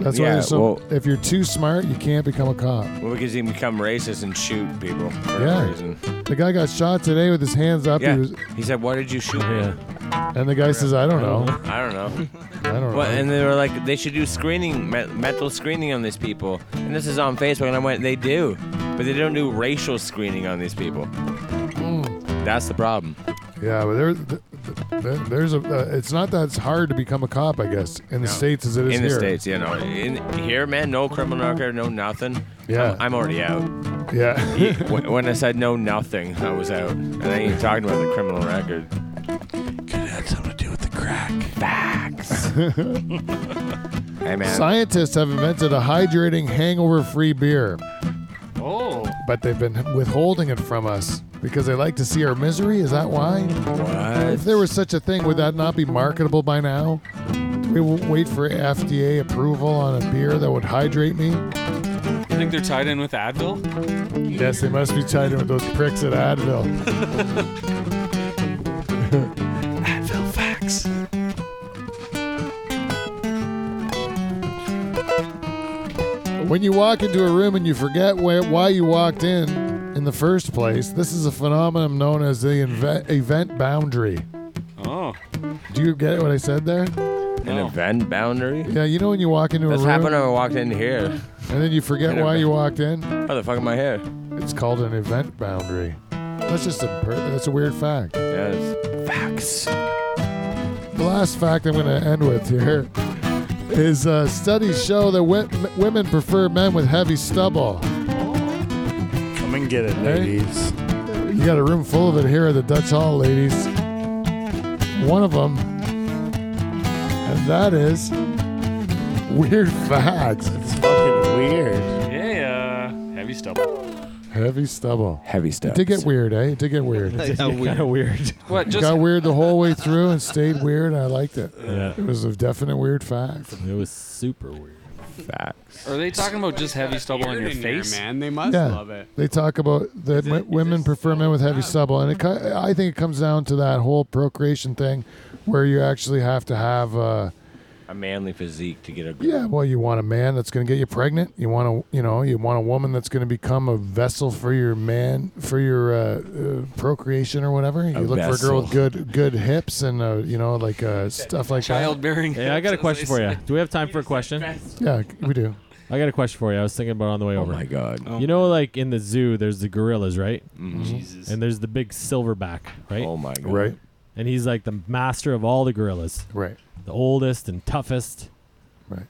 Speaker 2: That's why
Speaker 4: Yeah,
Speaker 2: there's so.
Speaker 4: well-
Speaker 2: if you're too smart, you can't become a cop.
Speaker 4: Well, because he can become racist and shoot people for
Speaker 2: Yeah.
Speaker 4: no reason.
Speaker 2: The guy got shot today with his hands up.
Speaker 4: Yeah.
Speaker 2: He was,
Speaker 4: He said, "Why did you shoot me?"
Speaker 2: and the guy says, "I don't know."
Speaker 4: I don't know.
Speaker 2: I don't
Speaker 4: Well,
Speaker 2: know.
Speaker 4: and they were like, they should do screening, me- mental screening on these people. And this is on Facebook, and I went, they do, but they don't do racial screening on these people.
Speaker 2: Mm.
Speaker 4: That's the problem.
Speaker 2: Yeah, but there, th- th- th- there's a. Uh, it's not that it's hard to become a cop, I guess, in the states as it is
Speaker 4: in
Speaker 2: here.
Speaker 4: the states, you know, in here, man, no criminal record, no nothing.
Speaker 2: Yeah.
Speaker 4: I'm, I'm already out.
Speaker 2: Yeah.
Speaker 4: Ye- when when I said no nothing, I was out. And I ain't even talking about the criminal record. Could have had something to do with the crack. Facts. hey man.
Speaker 2: Scientists have invented a hydrating, hangover-free beer.
Speaker 3: Oh.
Speaker 2: But they've been withholding it from us because they like to see our misery. Is that why?
Speaker 4: What?
Speaker 2: If there was such a thing, would that not be marketable by now? We will wait for FDA approval on a beer that would hydrate me.
Speaker 3: You think they're tied in with Advil?
Speaker 2: Yes, they must be tied in with those pricks at Advil.
Speaker 3: Advil facts.
Speaker 2: When you walk into a room and you forget where, why you walked in in the first place, this is a phenomenon known as the inve- event boundary.
Speaker 3: Oh.
Speaker 2: Do you get what I said there?
Speaker 4: An event boundary?
Speaker 2: Yeah, you know when you walk into
Speaker 4: That's
Speaker 2: a room
Speaker 4: happened when I walked in here.
Speaker 2: and then you forget
Speaker 4: An
Speaker 2: why
Speaker 4: event-
Speaker 2: you walked in.
Speaker 4: How the fuck am I here?
Speaker 2: It's called an event boundary. That's just a per- that's a weird fact.
Speaker 4: Yes. Facts.
Speaker 2: The last fact I'm going to end with here is uh, studies show that wi- m- women prefer men with heavy stubble.
Speaker 12: Come and get it, ladies.
Speaker 2: You got a room full of it here at the Dutch Hall, ladies. One of them, and that is weird facts. It's
Speaker 12: fucking weird.
Speaker 3: Yeah, uh, heavy stubble.
Speaker 2: Heavy stubble.
Speaker 4: Heavy
Speaker 2: It did get weird, eh? It did get weird.
Speaker 3: It got It got weird. weird. What,
Speaker 2: It
Speaker 3: just-
Speaker 2: got weird the whole way through and stayed weird. and I liked it.
Speaker 6: Yeah.
Speaker 2: It was a definite weird fact.
Speaker 6: It was super weird.
Speaker 4: Facts.
Speaker 3: Are they talking about just heavy stubble on your
Speaker 10: in there,
Speaker 3: face?
Speaker 10: man. They must
Speaker 2: yeah,
Speaker 10: love it.
Speaker 2: They talk about that wo- women prefer men with heavy stubble, and it, ki- I think it comes down to that whole procreation thing, where you actually have to have. Uh,
Speaker 4: A manly physique to get a girl.
Speaker 2: yeah, well, you want a man that's going to get you pregnant. You want a, you know, you want a woman that's going to become a vessel for your man for your uh, uh, procreation or whatever. You
Speaker 6: A
Speaker 2: look for a girl with
Speaker 6: vessel.
Speaker 2: good good hips and uh, you know like uh, stuff like
Speaker 3: Childbearing.
Speaker 6: Hey, I got a question for you. Do we have time for a question?
Speaker 2: that. Yeah, we do.
Speaker 6: I got a question for you. I was thinking about it on the way over.
Speaker 4: Oh my God.
Speaker 6: You know, like in the zoo, there's the gorillas, right?
Speaker 4: Mhm. Jesus.
Speaker 6: And there's the big silverback, right?
Speaker 4: Oh my God.
Speaker 2: Right.
Speaker 6: And he's like the master of all the gorillas.
Speaker 2: Right.
Speaker 6: The oldest and toughest.
Speaker 2: Right.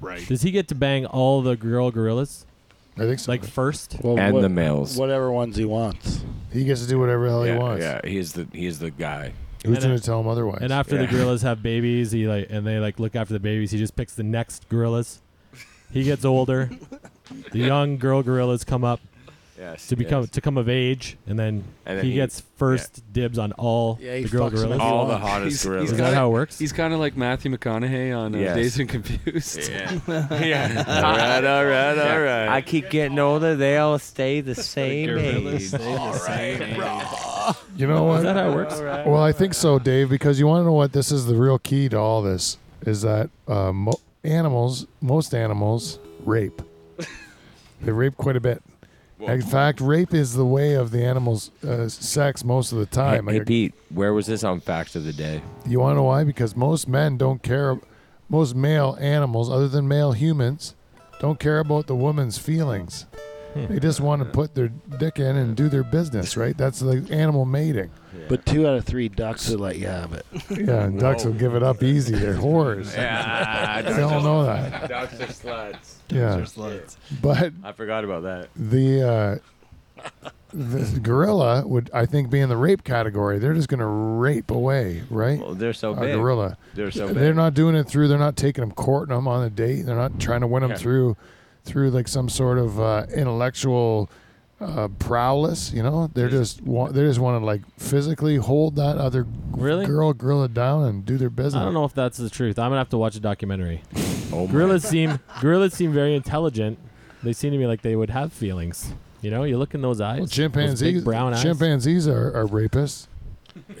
Speaker 5: right.
Speaker 6: Does he get to bang all the girl gorillas?
Speaker 2: I think so.
Speaker 6: Like first?
Speaker 12: Well, what-
Speaker 4: males.
Speaker 12: Whatever ones he wants.
Speaker 2: He gets to do whatever the hell
Speaker 4: yeah,
Speaker 2: he wants.
Speaker 4: Yeah, he is the he is the guy.
Speaker 2: Who's
Speaker 6: And
Speaker 2: going
Speaker 6: a-
Speaker 2: to tell him otherwise?
Speaker 6: And after the
Speaker 4: Yeah.
Speaker 6: gorillas have babies, he like and they like look after the babies. He just picks the next gorillas. He gets older. the young girl gorillas come up
Speaker 4: Yes,
Speaker 6: to become
Speaker 4: yes.
Speaker 6: to come of age, and then,
Speaker 4: And then
Speaker 6: he,
Speaker 4: he-
Speaker 6: gets first dibs on all
Speaker 12: Yeah, he
Speaker 6: the girl
Speaker 12: fucks 'em
Speaker 6: gorillas.
Speaker 12: if he All the
Speaker 4: wants. hottest gorillas.
Speaker 6: Is
Speaker 4: kinda-
Speaker 6: that how it works?
Speaker 3: He's kind of like Matthew McConaughey on uh,
Speaker 4: Yes.
Speaker 3: Days and Confused.
Speaker 4: Yeah.
Speaker 3: yeah.
Speaker 4: all right, all right,
Speaker 3: Yeah.
Speaker 4: all right. I keep getting older. They all stay the same age.
Speaker 2: You know what?
Speaker 6: Is that how it works?
Speaker 2: Well, I think so, Dave, because you want to know what this is the real key to all this is that uh, mo- animals, most animals, rape. they rape quite a bit. In fact, rape is the way of the animal's uh, sex most of the
Speaker 4: Hey,
Speaker 2: time.
Speaker 4: hey, Pete, where was this on Facts of the Day?
Speaker 2: You want to know why? Because most men don't care. Most male animals, other than male humans, don't care about the woman's feelings.
Speaker 6: Hmm.
Speaker 2: They just want to put their dick in and do their business, right? That's like animal mating.
Speaker 12: But two out of three ducks would let you have it.
Speaker 2: Yeah, and ducks will give it up easy. They're whores. they all know that.
Speaker 4: Ducks are sluts.
Speaker 2: Yeah. But
Speaker 4: I forgot about that.
Speaker 2: the uh, the gorilla would, I think, be in the rape category. They're just going to rape away, right?
Speaker 4: Well, they're so
Speaker 2: a
Speaker 4: big.
Speaker 2: gorilla.
Speaker 4: They're so
Speaker 2: They're
Speaker 4: big.
Speaker 2: not doing it through. They're not taking them, courting them on a date. They're not trying to win them
Speaker 4: Yeah.
Speaker 2: through through like some sort of uh, intellectual uh, prowess. You know, they're just wa- they just want to like physically hold that other
Speaker 6: Really?
Speaker 2: girl gorilla down and do their business.
Speaker 6: I don't know if that's the truth. I'm gonna have to watch a documentary.
Speaker 4: Oh
Speaker 6: gorillas seem gorillas seem very intelligent. They seem to me like they would have feelings. You know, you look in those eyes.
Speaker 2: Well,
Speaker 6: those
Speaker 2: chimpanzees,
Speaker 6: big brown eyes.
Speaker 2: chimpanzees are, are rapists.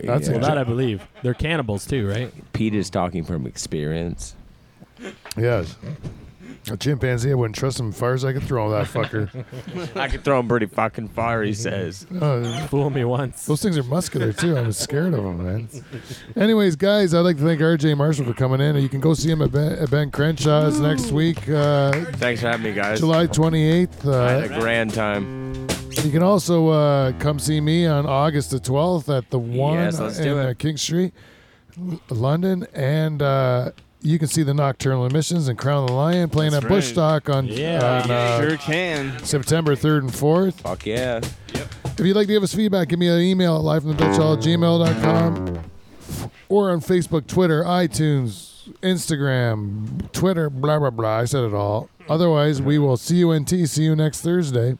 Speaker 2: That's
Speaker 6: well,
Speaker 2: a-
Speaker 6: that I believe. They're cannibals too, right?
Speaker 4: Pete is talking from experience.
Speaker 2: Yes. A chimpanzee, I wouldn't trust him as far as I could throw that fucker.
Speaker 4: I could throw him pretty fucking far, he says.
Speaker 6: Fool me once.
Speaker 2: Those things are muscular too. I was scared of them, man. Anyways, guys, I'd like to thank RJ Marshall for coming in. You can go see him at Ben, at ben Crenshaw's next week, uh,
Speaker 4: Thanks for having me, guys.
Speaker 2: July 28th.
Speaker 4: I had
Speaker 2: Uh,
Speaker 4: a grand time.
Speaker 2: you can also uh, come see me on August the 12th at the one
Speaker 4: Yes, let's
Speaker 2: in
Speaker 4: do
Speaker 2: uh, King Street, L- London, and. Uh, you can see the Nocturnal Emissions and Crown of the Lion playing
Speaker 5: That's
Speaker 2: at Bush
Speaker 5: right.
Speaker 2: Stock on,
Speaker 5: Yeah.
Speaker 2: on, uh,
Speaker 5: You sure can.
Speaker 2: September 3rd and 4th.
Speaker 4: Fuck yeah.
Speaker 2: If you'd like to give us feedback, give me an email at lifeinthedutchhall at gmail.com or on Facebook, Twitter, iTunes, Instagram, Twitter, blah, blah, blah. I said it all. Otherwise, we will see you in T. See you next Thursday.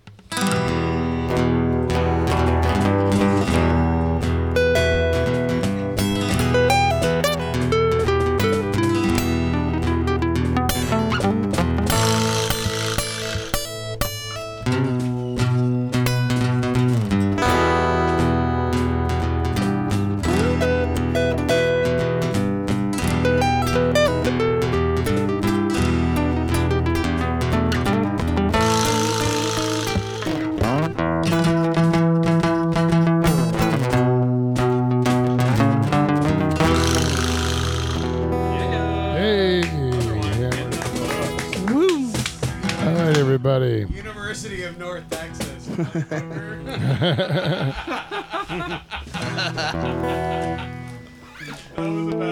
Speaker 2: Hey. yeah. All right, everybody.
Speaker 10: University of North Texas.
Speaker 2: That
Speaker 10: was about